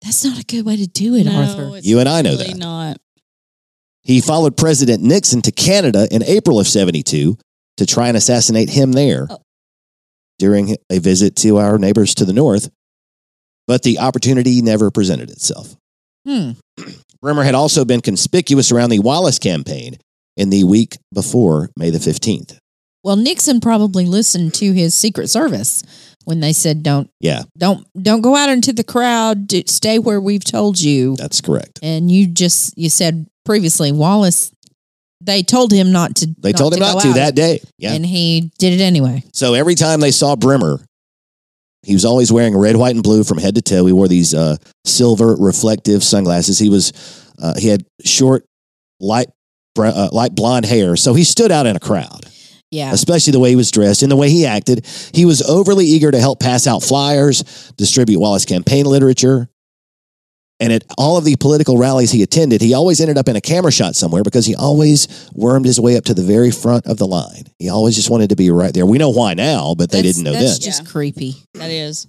that's not a good way to do it, Arthur.
You and I know
really
that.
Not.
He followed President Nixon to Canada in April of 72 to try and assassinate him there
Oh.
during a visit to our neighbors to the north, but the opportunity never presented itself.
Hmm.
Bremer had also been conspicuous around the Wallace campaign in the week before May the 15th.
Well, Nixon probably listened to his Secret Service when they said, "Don't,
Yeah,
don't, don't go out into the crowd. D- Stay where we've told you."
that's correct.
And you just you said previously, Wallace. They told him not to.
They told him
go
not to
out,
that day. Yeah.
and he did it anyway.
So every time they saw Bremer, he was always wearing red, white, and blue from head to toe. He wore these uh, silver reflective sunglasses. He was uh, he had short, light, br- uh, light blonde hair, so he stood out in a crowd.
Yeah.
Especially the way he was dressed and the way he acted. He was overly eager to help pass out flyers, distribute Wallace campaign literature. And at all of the political rallies he attended, he always ended up in a camera shot somewhere because he always wormed his way up to the very front of the line. He always just wanted to be right there. We know why now, but they
That's-
didn't know then.
That's
that.
just
Yeah.
creepy.
That is.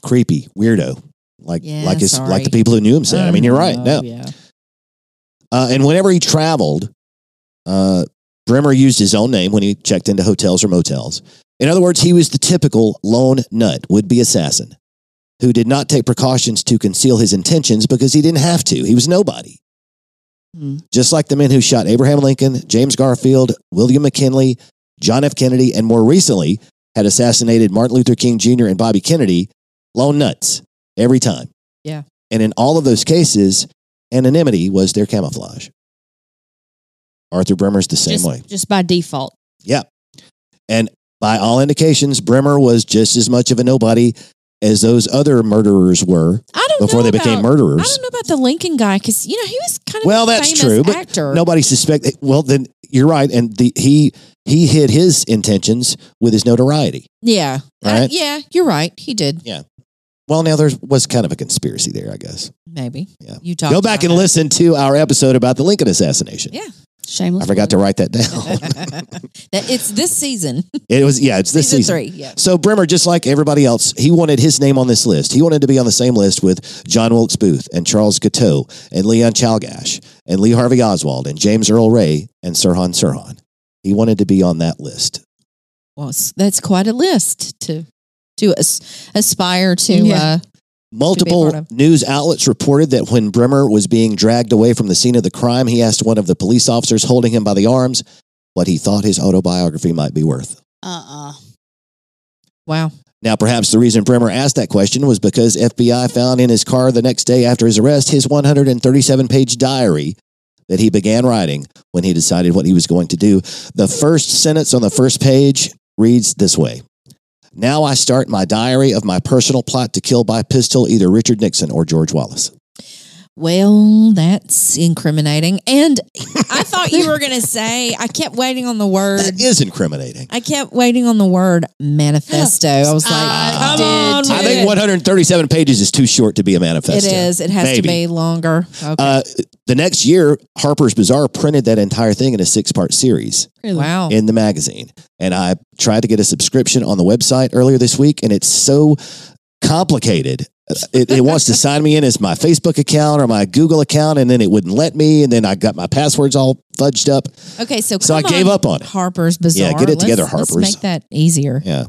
Creepy, weirdo. Like
Yeah,
like his
sorry. Oh,
like the people who knew him said. I mean, you're right. No.
Yeah.
Uh, and whenever he traveled, uh, Bremer used his own name when he checked into hotels or motels. In other words, he was the typical lone nut, would be assassin, who did not take precautions to conceal his intentions because he didn't have to. He was nobody.
Hmm.
Just like the men who shot Abraham Lincoln, James Garfield, William McKinley, John F. Kennedy, and more recently had assassinated Martin Luther King Jr. and Bobby Kennedy, lone nuts every time.
Yeah.
And in all of those cases, anonymity was their camouflage. Arthur Bremer's the same
just,
way.
Just by default.
By all indications, Bremer was just as much of a nobody as those other murderers were
I don't
before
know
they became
about- I
murderers.
don't know about the Lincoln guy because you know he was kind of
Well,
a
that's
famous
true, but
actor.
Nobody suspect. Well, then you're right, and the he he hid his intentions with his notoriety.
yeah, I-
Right?
yeah, you're right. He did
Well, now there was kind of a conspiracy there, I guess.
maybe.
Yeah.
You talked
Go back
about
and
it.
listen to our episode about the Lincoln assassination.
Yeah.
Shameless.
I forgot to write that down.
that it's this season,
it was yeah, it's this
season,
season.
three. Yeah,
So Bremer, just like everybody else, he wanted his name on this list. He wanted to be on the same list with John Wilkes Booth and Charles Gateau and Leon Chalgash and Lee Harvey Oswald and James Earl Ray and Sirhan Sirhan. He wanted to be on that list.
well, s- that's quite a list to to as, aspire to.
Yeah.
Uh,
Multiple
part of.
news outlets reported that when Bremer was being dragged away from the scene of the crime, he asked one of the police officers holding him by the arms what he thought his autobiography might be worth.
Uh-uh.
wow,
Now, perhaps the reason Bremer asked that question was because FBI found in his car the next day after his arrest his 137 page diary that he began writing when he decided what he was going to do. The first sentence on the first page reads this way Now I start my diary of my personal plot to kill by pistol either Richard Nixon or George Wallace.
well, that's incriminating. And I thought you were gonna say. I kept waiting on the word.
That is incriminating.
I kept waiting on the word manifesto. I was like,
Ah,
did
come
too.
on,
I
man.
think 137 pages is too short to be a
It
manifesto.
is. It has to
Maybe.
be longer. Okay.
Uh, the next year, Harper's Bazaar printed that entire thing in a six part series.
Really?
wow.
in the magazine. And I tried to get a subscription on the website earlier this week, and it's so complicated. Uh, It, it wants to sign me in as my Facebook account or my Google account, and then it wouldn't let me. And then I got my passwords all fudged up.
okay, so
So I
come
gave
on,
up on it.
Harper's
Yeah,
Bazaar.
get it
Let's-
together,
Let's
Harper's.
make that easier.
Yeah.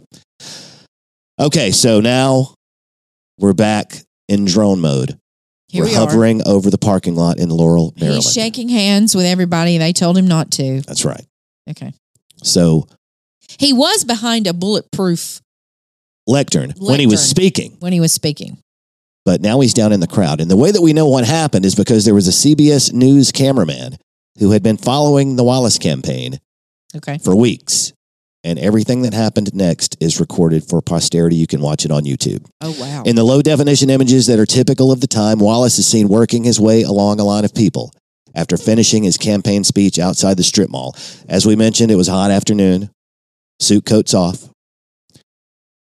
Okay, so now we're back in drone mode.
Here
we're
we are.
hovering over the parking lot in Laurel, Maryland.
He's shaking hands with everybody. They told him not to.
That's right.
Okay.
So,
He was behind a bulletproof
lectern, when he was
Lectern.
speaking.
when he was speaking.
but now he's down in the crowd. And the way that we know what happened is because there was a CBS News cameraman who had been following the Wallace campaign
Okay.
for weeks. And everything that happened next is recorded for posterity. You can watch it on YouTube.
Oh, wow.
In the low definition images that are typical of the time, Wallace is seen working his way along a line of people after finishing his campaign speech outside the strip mall. As we mentioned, it was a hot afternoon, suit coats off.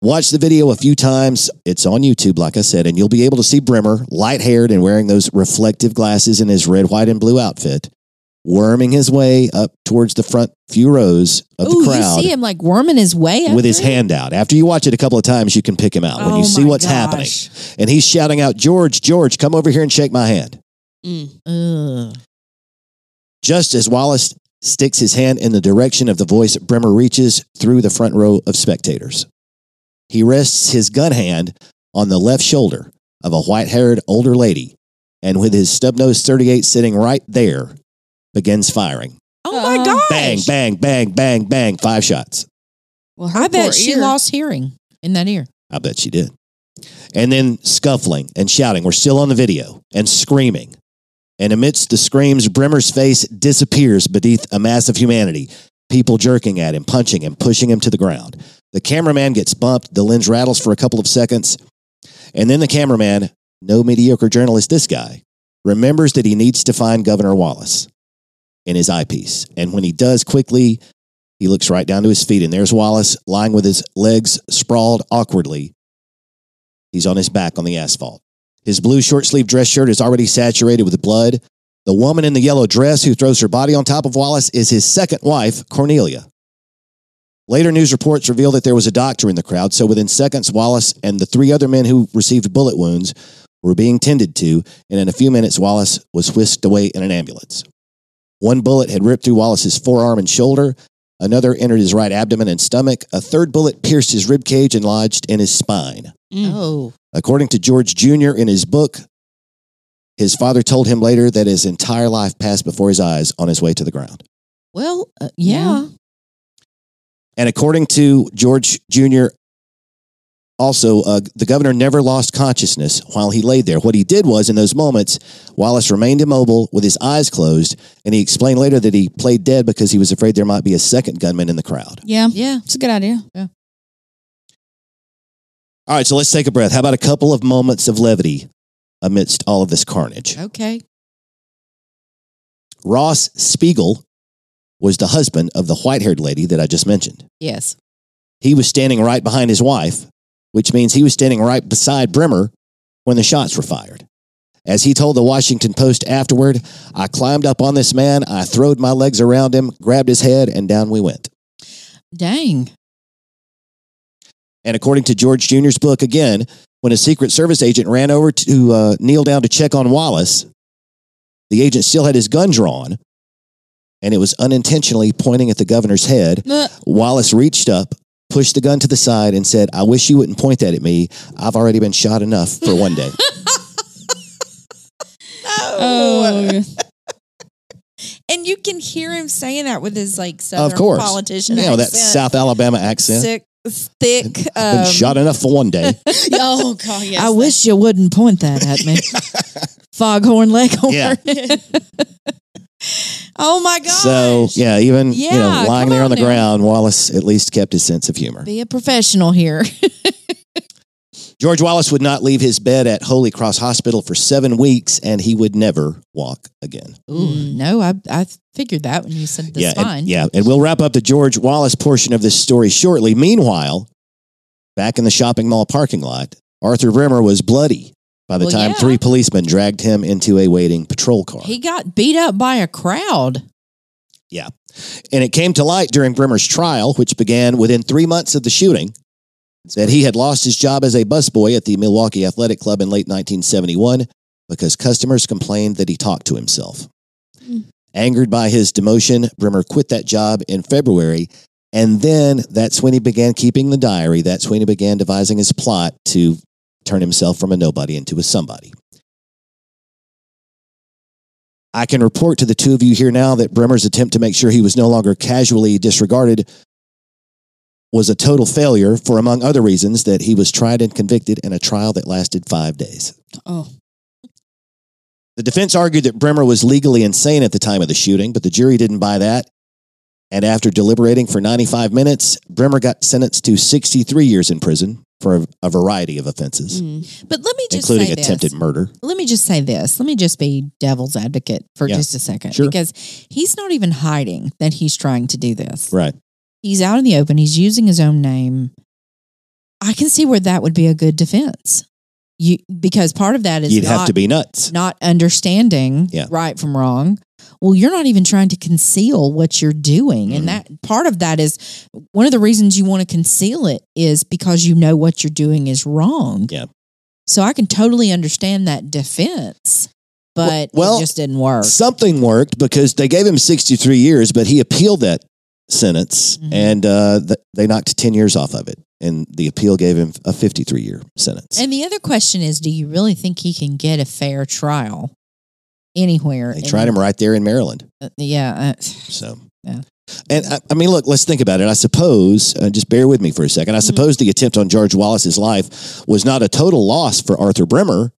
Watch the video a few times. It's on YouTube, like I said, and you'll be able to see Bremer, light haired and wearing those reflective glasses in his red, white, and blue outfit, worming his way up towards the front few rows of
Ooh,
the crowd
you see him like worming his way up
with his
through?
hand out. After you watch it a couple of times, you can pick him out when you
Oh
see
my
what's happening.
gosh.
And he's shouting out, George, George, come over here and shake my hand.
Mm.
Ugh.
Just as Wallace sticks his hand in the direction of the voice, Bremer reaches through the front row of spectators. He rests his gun hand on the left shoulder of a white haired older lady, and with his stub nosed 38 sitting right there, begins firing.
Oh my
Uh-huh.
gosh.
Bang, bang, bang, bang, bang, five shots.
Well, her
I
poor
bet she
ear.
lost hearing in that ear.
I bet she did. And then scuffling and shouting. We're still on the video and screaming. And amidst the screams, Bremer's face disappears beneath a mass of humanity. People jerking at him, punching him, pushing him to the ground. The cameraman gets bumped. The lens rattles for a couple of seconds. And then the cameraman, no mediocre journalist, this guy, remembers that he needs to find Governor Wallace in his eyepiece. And when he does quickly, he looks right down to his feet, and there's Wallace lying with his legs sprawled awkwardly. He's on his back on the asphalt. His blue short sleeve dress shirt is already saturated with blood. The woman in the yellow dress who throws her body on top of Wallace is his second wife, Cornelia. Later news reports reveal that there was a doctor in the crowd, so within seconds, Wallace and the three other men who received bullet wounds were being tended to, and in a few minutes, Wallace was whisked away in an ambulance. One bullet had ripped through Wallace's forearm and shoulder, Another entered his right abdomen and stomach. A third bullet pierced his rib cage and lodged in his spine.
Mm.
Oh.
According to George Jr. in his book, his father told him later that his entire life passed before his eyes on his way to the ground.
Well, uh, yeah.
And according to George Jr., also, uh, the governor never lost consciousness while he lay there. What he did was, in those moments, Wallace remained immobile with his eyes closed, and he explained later that he played dead because he was afraid there might be a second gunman in the crowd.
Yeah,
Yeah.
it's a good idea.
All right, so let's take a breath. How about a couple of moments of levity amidst all of this carnage?
Okay.
Ross Spiegel was the husband of the white haired lady that I just mentioned.
Yes.
He was standing right behind his wife, which means he was standing right beside Bremer when the shots were fired. As he told the Washington Post afterward, I climbed up on this man, I throwed my legs around him, grabbed his head, and down we went.
Dang.
And according to George Jr.'s book, again, when a Secret Service agent ran over to uh, kneel down to check on Wallace, the agent still had his gun drawn and it was unintentionally pointing at the governor's head.
Uh,
But
Wallace reached up, pushed the gun to the side, and said, I wish you wouldn't point that at me. I've already been shot enough for one day.
oh,
And you can hear him saying that with his like southern
of course.
politician
You know, that
accent.
South Alabama accent.
Sick, thick.
Been
Um,
shot enough for one day.
oh god, yes.
I wish you wouldn't point that at me. Foghorn leghorn.
Yeah.
oh my gosh.
so, yeah, even, you
Yeah,
know, lying
come
there on
on
the
now.
ground, Wallace at least kept his sense of humor.
Be a professional here.
George Wallace would not leave his bed at Holy Cross Hospital for seven weeks, and he would never walk again.
Ooh, Mm, no, I I figured that when you said the
yeah,
spine.
And, yeah, and we'll wrap up the George Wallace portion of this story shortly. Meanwhile, back in the shopping mall parking lot, Arthur Bremer was bloody by the
Well,
time
yeah.
three policemen dragged him into a waiting patrol car.
He got beat up by a crowd.
and it came to light during Bremer's trial, which began within three months of the shooting, that he had lost his job as a busboy at the Milwaukee Athletic Club in late 1971 because customers complained that he talked to himself.
Hmm.
Angered by his demotion, Bremer quit that job in February. And then that's when he began keeping the diary. That's when he began devising his plot to turn himself from a nobody into a somebody. I can report to the two of you here now that Bremer's attempt to make sure he was no longer casually disregarded was a total failure for, among other reasons, that he was tried and convicted in a trial that lasted five days.
Oh,
The defense argued that Bremer was legally insane at the time of the shooting, but the jury didn't buy that. And after deliberating for 95 minutes, Bremer got sentenced to 63 years in prison for a, a variety of offenses,
mm.
But let me just
including
say this.
attempted murder.
Let me just say this. Let me just be devil's advocate for
Yeah.
just a second
Sure.
because he's not even hiding that he's trying to do this.
Right.
He's out in the open. He's using his own name. I can see where that would be a good defense. You because part of that is
You'd
not,
have to be nuts.
not understanding
Yeah.
right from wrong. Well, you're not even trying to conceal what you're doing.
Mhm.
And that part of that is one of the reasons you want to conceal it is because you know what you're doing is wrong.
Yeah.
So I can totally understand that defense, but
well,
it just didn't work.
Something worked because they gave him 63 years, but he appealed that sentence
Mhm.
and uh, th- they knocked 10 years off of it. And the appeal gave him a 53 year sentence.
And the other question is do you really think he can get a fair trial anywhere?
they
in-
tried him right there in Maryland.
Uh, Yeah. uh,
So,
Yeah.
And I, I mean, look, let's think about it. I suppose, uh, just bear with me for a second. I
Mhm.
suppose the attempt on George Wallace's life was not a total loss for Arthur Bremer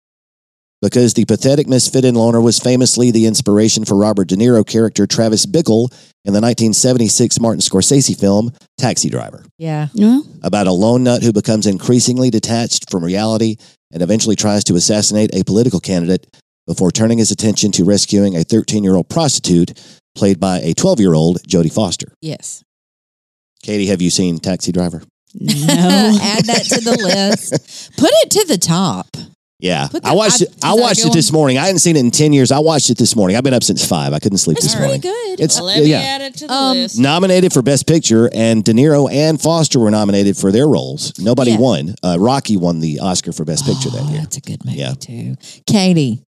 because the pathetic misfit and loner was famously the inspiration for Robert De Niro character Travis Bickle in the 1976 Martin Scorsese film Taxi Driver
yeah.
Well,
about a lone nut who becomes increasingly detached from reality and eventually tries to assassinate a political candidate before turning his attention to rescuing a 13 year old prostitute played by a 12 year old Jodie Foster.
Yes.
Katie, have you seen Taxi Driver?
no.
Add that to the list. Put it to the top.
Yeah,
Put that-
I watched
I-
it. I
is that a
watched
good
it this morning. I hadn't seen it in 10 years. I watched it this morning. I've been up since five. I couldn't sleep
It's
this
All right.
morning.
pretty good.
It's
Let me
yeah.
add it to the
Um,
list.
Nominated for Best Picture, and De Niro and Foster were nominated for their roles. Nobody
Yeah.
won. Uh, Rocky won the Oscar for Best Picture
Oh,
that year.
That's a good movie
Yeah.
too. Katie,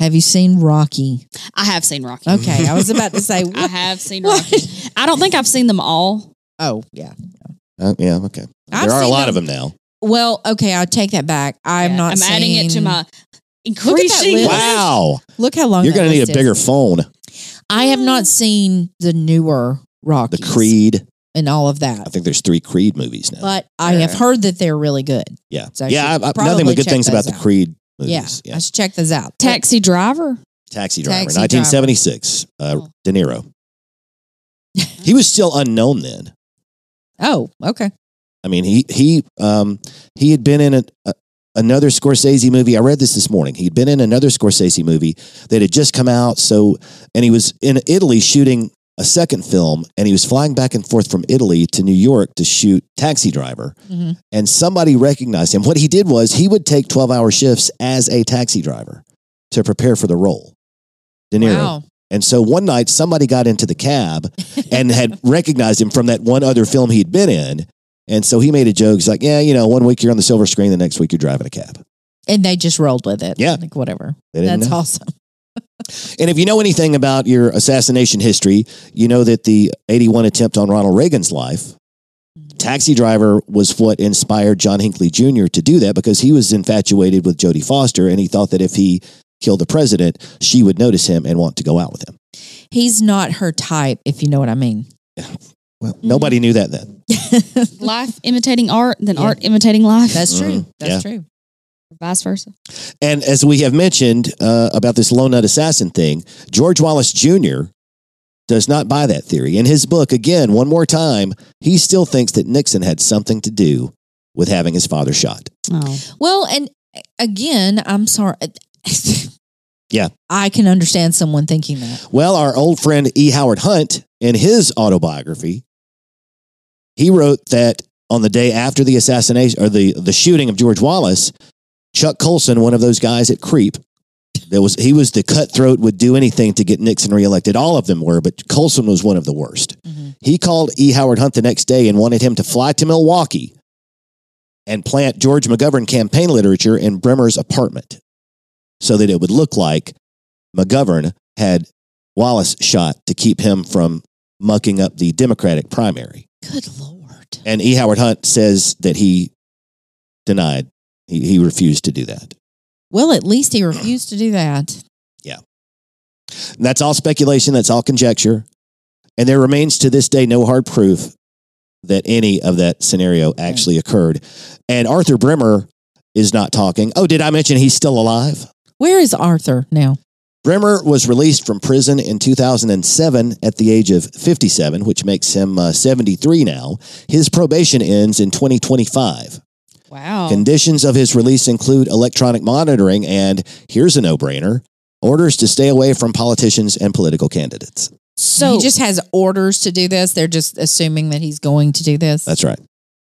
have you seen Rocky?
I have seen Rocky.
Okay, I was about to say.
I
what?
have seen
What?
Rocky. I don't think I've seen them all.
Oh yeah,
Uh, yeah, okay.
I've
there are a
seen
lot
them.
of them now.
Well, okay, I'll take that back. I'm
Yeah,
not.
I'm adding it to
seeing-
my
that
increasing.
list.
Wow.
Look how long
You're
that
going to need
list
a
is.
bigger phone.
I have
Mm.
not seen the newer
The
Rocky,
Creed.
and all of
I
that,
think there's three Creed movies now.
but I have
Sure.
heard that they're really good.
yeah.
so I
yeah. I,
should
I, nothing
probably
but good
check
things about
those
the
out.
Creed
Yeah,
movies.
I should check those out.
Taxi driver.
Taxi Driver,
Taxi
1976. Uh,
Oh.
De Niro. he was still unknown then.
Oh, okay.
I mean, he he um, he had been in a, a, another Scorsese movie. I read this this morning. He'd been in another Scorsese movie that had just come out. So, and he was in Italy shooting a second film, and he was flying back and forth from Italy to New York to shoot Taxi Driver.
Mm-hmm.
Mhm.
and somebody recognized him. What he did was he would take 12 hour shifts as a taxi driver to prepare for the role. De Niro.
Wow.
And so one night somebody got into the cab and had recognized him from that one other film he'd been in. And so he made a joke. He's like, yeah, you know, one week you're on the silver screen, the next week you're driving a cab.
And they just rolled with it.
Yeah.
like whatever.
They didn't
That's
know.
awesome.
And if you know anything about your assassination history, you know that the 81 attempt on Ronald Reagan's life, Taxi Driver was what inspired John Hinckley Jr. to do that because he was infatuated with Jodie Foster and he thought that if he killed the president, she would notice him and want to go out with him.
He's not her type, if you know what I mean.
Well, nobody knew that then.
Life imitating art, then
Yeah.
art imitating life.
That's true.
Mm,
That's true.
vice versa.
And as we have mentioned uh, about this lone nut assassin thing, George Wallace Jr. does not buy that theory. In his book, again, one more time, he still thinks that Nixon had something to do with having his father shot.
Oh.
Well, and again, I'm sorry.
Yeah.
I can understand someone thinking that.
Well, our old friend E. Howard Hunt, in his autobiography, he wrote that on the day after the assassination or the, the shooting of George Wallace, Chuck Colson, one of those guys at Creep, that was he was the cutthroat would do anything to get Nixon reelected. All of them were, but Colson was one of the worst.
Mhm.
He called E. Howard Hunt the next day and wanted him to fly to Milwaukee and plant George McGovern campaign literature in Bremer's apartment so that it would look like McGovern had Wallace shot to keep him from mucking up the Democratic primary.
Good Lord.
And E. Howard Hunt says that he denied, he, he refused to do that.
Well, at least he refused to do that.
And that's all speculation, that's all conjecture. And there remains to this day no hard proof that any of that scenario actually occurred. And Arthur Bremer is not talking. Oh, did I mention he's still alive?
Where is Arthur now?
Bremer was released from prison in 2007 at the age of 57, which makes him uh, 73 now. His probation ends in 2025.
Oh.
Wow.
Conditions of his release include electronic monitoring and, here's a no brainer, orders to stay away from politicians and political candidates.
so
he just has orders to do this. They're just assuming that he's going to do this.
That's right.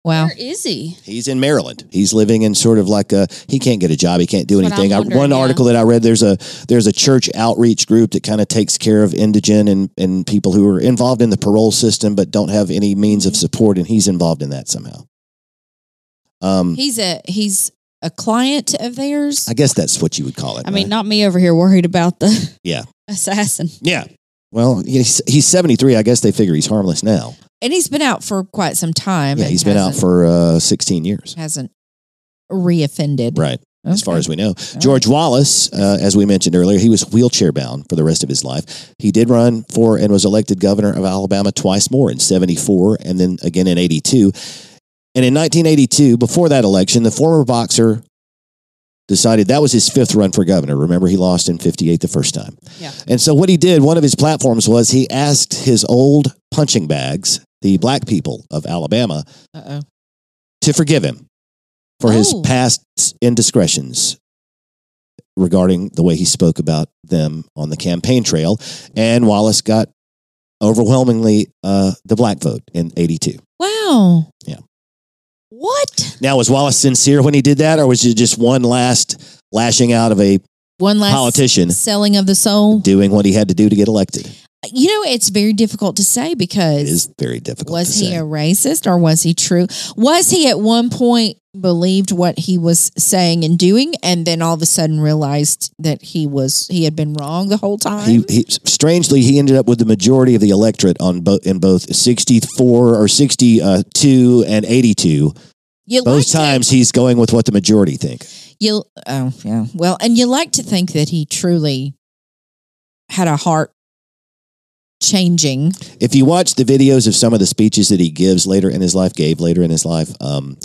Wow.
Where is he?
He's in Maryland. He's living in sort of like a he can't get a job. He can't do
That's what
anything.
I'm
I,
wondering,
one
yeah.
article that I read there's a there's a church outreach group that kind of takes care of indigent and and people who are involved in the parole system but don't have any means of support, and he's involved in that somehow. Um,
He's a he's a client of theirs.
I guess that's what you would call it.
I mean,
right?
not me over here worried about the
Uh, Yeah.
assassin.
yeah. Well, he's he's 73. I guess they figure he's harmless now.
and he's been out for quite some time.
yeah,
and
he's been out
hasn't-
for uh, 16 years.
hasn't reoffended.
Right. as far
Okay.
as we know. George Wallace, uh, as we mentioned earlier, he was wheelchair bound for the rest of his life. He did run for and was elected governor of Alabama twice more in 74 and then again in 82. And in 1982, before that election, the former boxer decided that was his fifth run for governor. Remember, he lost in 58 the first time.
Yeah.
And so what he did, one of his platforms was he asked his old punching bags, the black people of Alabama,
Uh-oh.
to forgive him for his
Oh.
past indiscretions regarding the way he spoke about them on the campaign trail. And Wallace got overwhelmingly uh, the black vote in 82.
Wow.
What?
Now, was Wallace sincere when he did that, or was it just one last lashing out of a
One last
politician
selling of the soul.
doing what he had to do to get elected?
You know, it's very difficult to say
It
because
is very difficult.
was
to
he
say.
a racist or was he true? Was he at one point believed what he was saying and doing and then all of a sudden realized that he was he had been wrong the whole time?
he, he strangely he ended up with the majority of the electorate on both in both 64 or 62 and 82
you like
Both
to-
times he's going with what the majority think.
you oh yeah. Well, and you like to think that he truly had a heart changing.
If you watch the videos of some of the speeches that he gives later in his life, gave later in his life, um,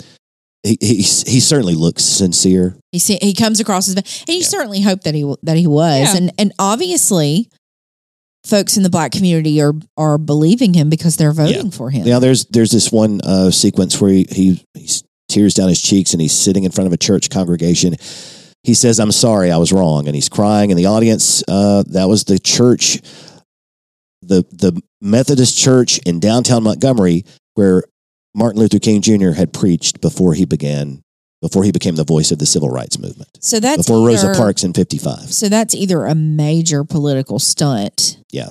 he, he, he certainly looks sincere.
He se- he comes across as, and you
Yeah.
certainly hope that he w- that he was,
Yeah.
and and obviously, folks in the black community are are believing him because they're voting for him.
Now there's there's this one uh, sequence where he, he he's tears down his cheeks and he's sitting in front of a church congregation. He says, "I'm sorry, I was wrong," and he's crying. And the audience uh, that was the church, the the Methodist Church in downtown Montgomery, where Martin Luther King Jr. had preached before he began before he became the voice of the civil rights movement
So that's
before Rosa
either-
Parks in '55.
So that's either a major political stunt,
Yeah.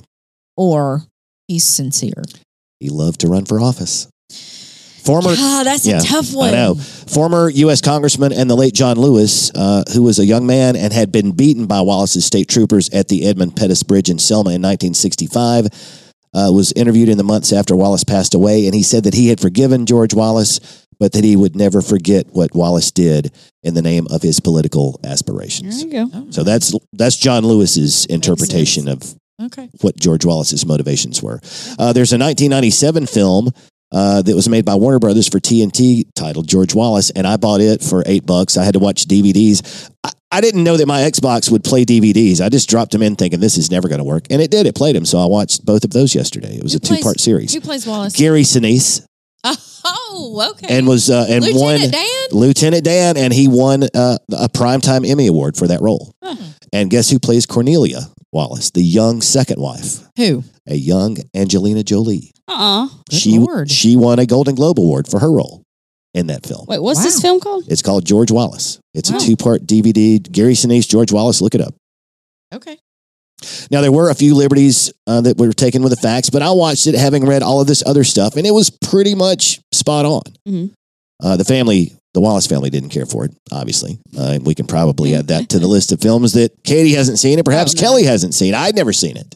or he's sincere.
He loved to run for office. Former
God, Ah, that's
yeah,
a tough one.
know. former U.S. Congressman and the late John Lewis, uh, who was a young man and had been beaten by Wallace's state troopers at the Edmund Pettus Bridge in Selma in 1965, uh, was interviewed in the months after Wallace passed away, and he said that he had forgiven George Wallace, but that he would never forget what Wallace did in the name of his political
There
aspirations.
you go.
So that's that's John Lewis's interpretation of
okay.
what George Wallace's motivations were. Uh, there's a 1997 film uh, that was made by Warner Brothers for TNT titled George Wallace, and I bought it for eight bucks. I had to watch DVDs. I, I didn't know that my Xbox would play DVDs. I just dropped them in thinking this is never going to work, and it did. It played them, so I watched both of those yesterday. It was
Who
a two part
plays-
series.
Who plays Wallace?
Gary Sinise
Oh, okay.
and was uh, and
Lieutenant
won.
Dan.
Lieutenant Dan, and he won uh, a primetime Emmy Award for that role.
Hmm.
And guess who plays Cornelia Wallace, the young second wife,
Who?
a young Angelina Jolie.
Uh uh
Good
she
Lord.
she won a Golden Globe award for her role in that film.
Wait, what's this
Wow.
film called?
It's called George Wallace. It's
Wow.
a two part DVD. Gary Sinise, George Wallace. Look it up.
Okay.
Now there were a few liberties uh, that were taken with the facts, but I watched it having read all of this other stuff, and it was pretty much spot on.
Mhm.
Uh, the family, the Wallace family, didn't care for it. Obviously, uh, and we can probably add that to the list of films that Katie hasn't seen, and perhaps
Oh, no.
Kelly hasn't seen. I'd never seen it.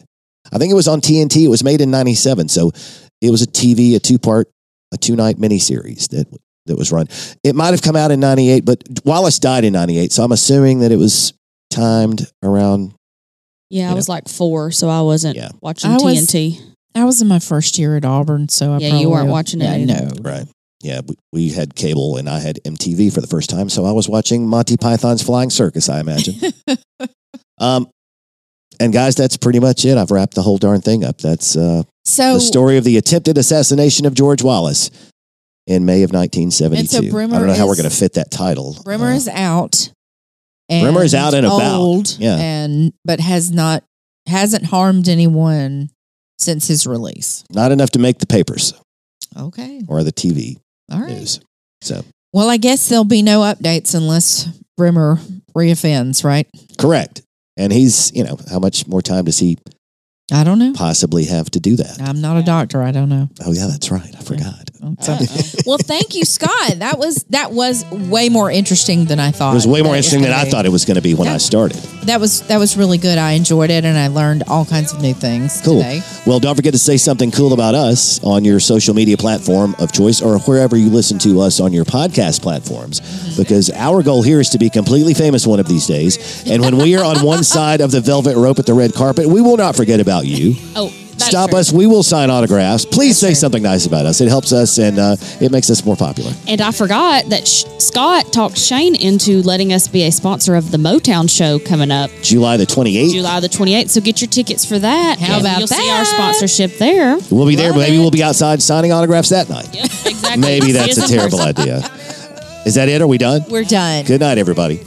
I think it was on TNT. It was made in '97, so it was a TV, a two part, a two night miniseries that that was run. It might have come out in '98, but Wallace died in '98, so I'm assuming that it was timed around
Yeah, I
Yeah.
was like four, so I wasn't
Yeah.
watching
I was-
TNT.
I was in my first year at Auburn, so I
Yeah, you
probably-
weren't watching it
Yeah,
either.
no.
Right. Yeah, we, we had cable and I had MTV for the first time, so I was watching Monty Python's Flying Circus, I imagine. um, and guys, that's pretty much it. I've wrapped the whole darn thing up. That's uh,
So
the story of the attempted assassination of George Wallace in May of 1972.
And so Bremer
I don't know how we're
is-
going to fit that title.
Bremer
Uh,
is out.
Bremer is out and about.
old,
Yeah.
and but has not hasn't harmed anyone since his release.
not enough to make the papers
Okay.
or the TV.
All right.
news. So
Well, I guess there'll be no updates unless Brimmer reoffends, right?
correct. And he's, you know, how much more time does he
I don't know.
possibly have to do that?
I'm not a doctor. I don't know.
Oh yeah, that's right. I forgot.
So- well, thank you, Scott. That was that was way more interesting than I thought.
It was way more
that
interesting than
gonna
I
be.
thought it was going to be when I
Yeah.
started.
That was that was really good. I enjoyed it, and I learned all kinds of new things
Cool.
today.
Well, don't forget to say something cool about us on your social media platform of choice or wherever you listen to us on your podcast platforms
Mm-hmm.
because our goal here is to be completely famous one of these days. And when we are on one side of the velvet rope at the red carpet, we will not forget about you.
Oh, that's
Stop
true.
us. We will sign autographs. Please say
true.
something nice about us. It helps us and uh, it makes us more popular.
And I forgot that Sh- Scott talked Shane into letting us be a sponsor of the Motown show coming up
July the 28th.
July the 28th. So get your tickets for that.
How
And
about
You'll see our
that?
sponsorship there.
We'll be there.
Love
Maybe
it.
we'll be outside signing autographs that night.
Yep, exactly.
Maybe
See us
that's a
in
terrible
person.
idea. Is that it? Are we done?
We're done.
Good night, everybody.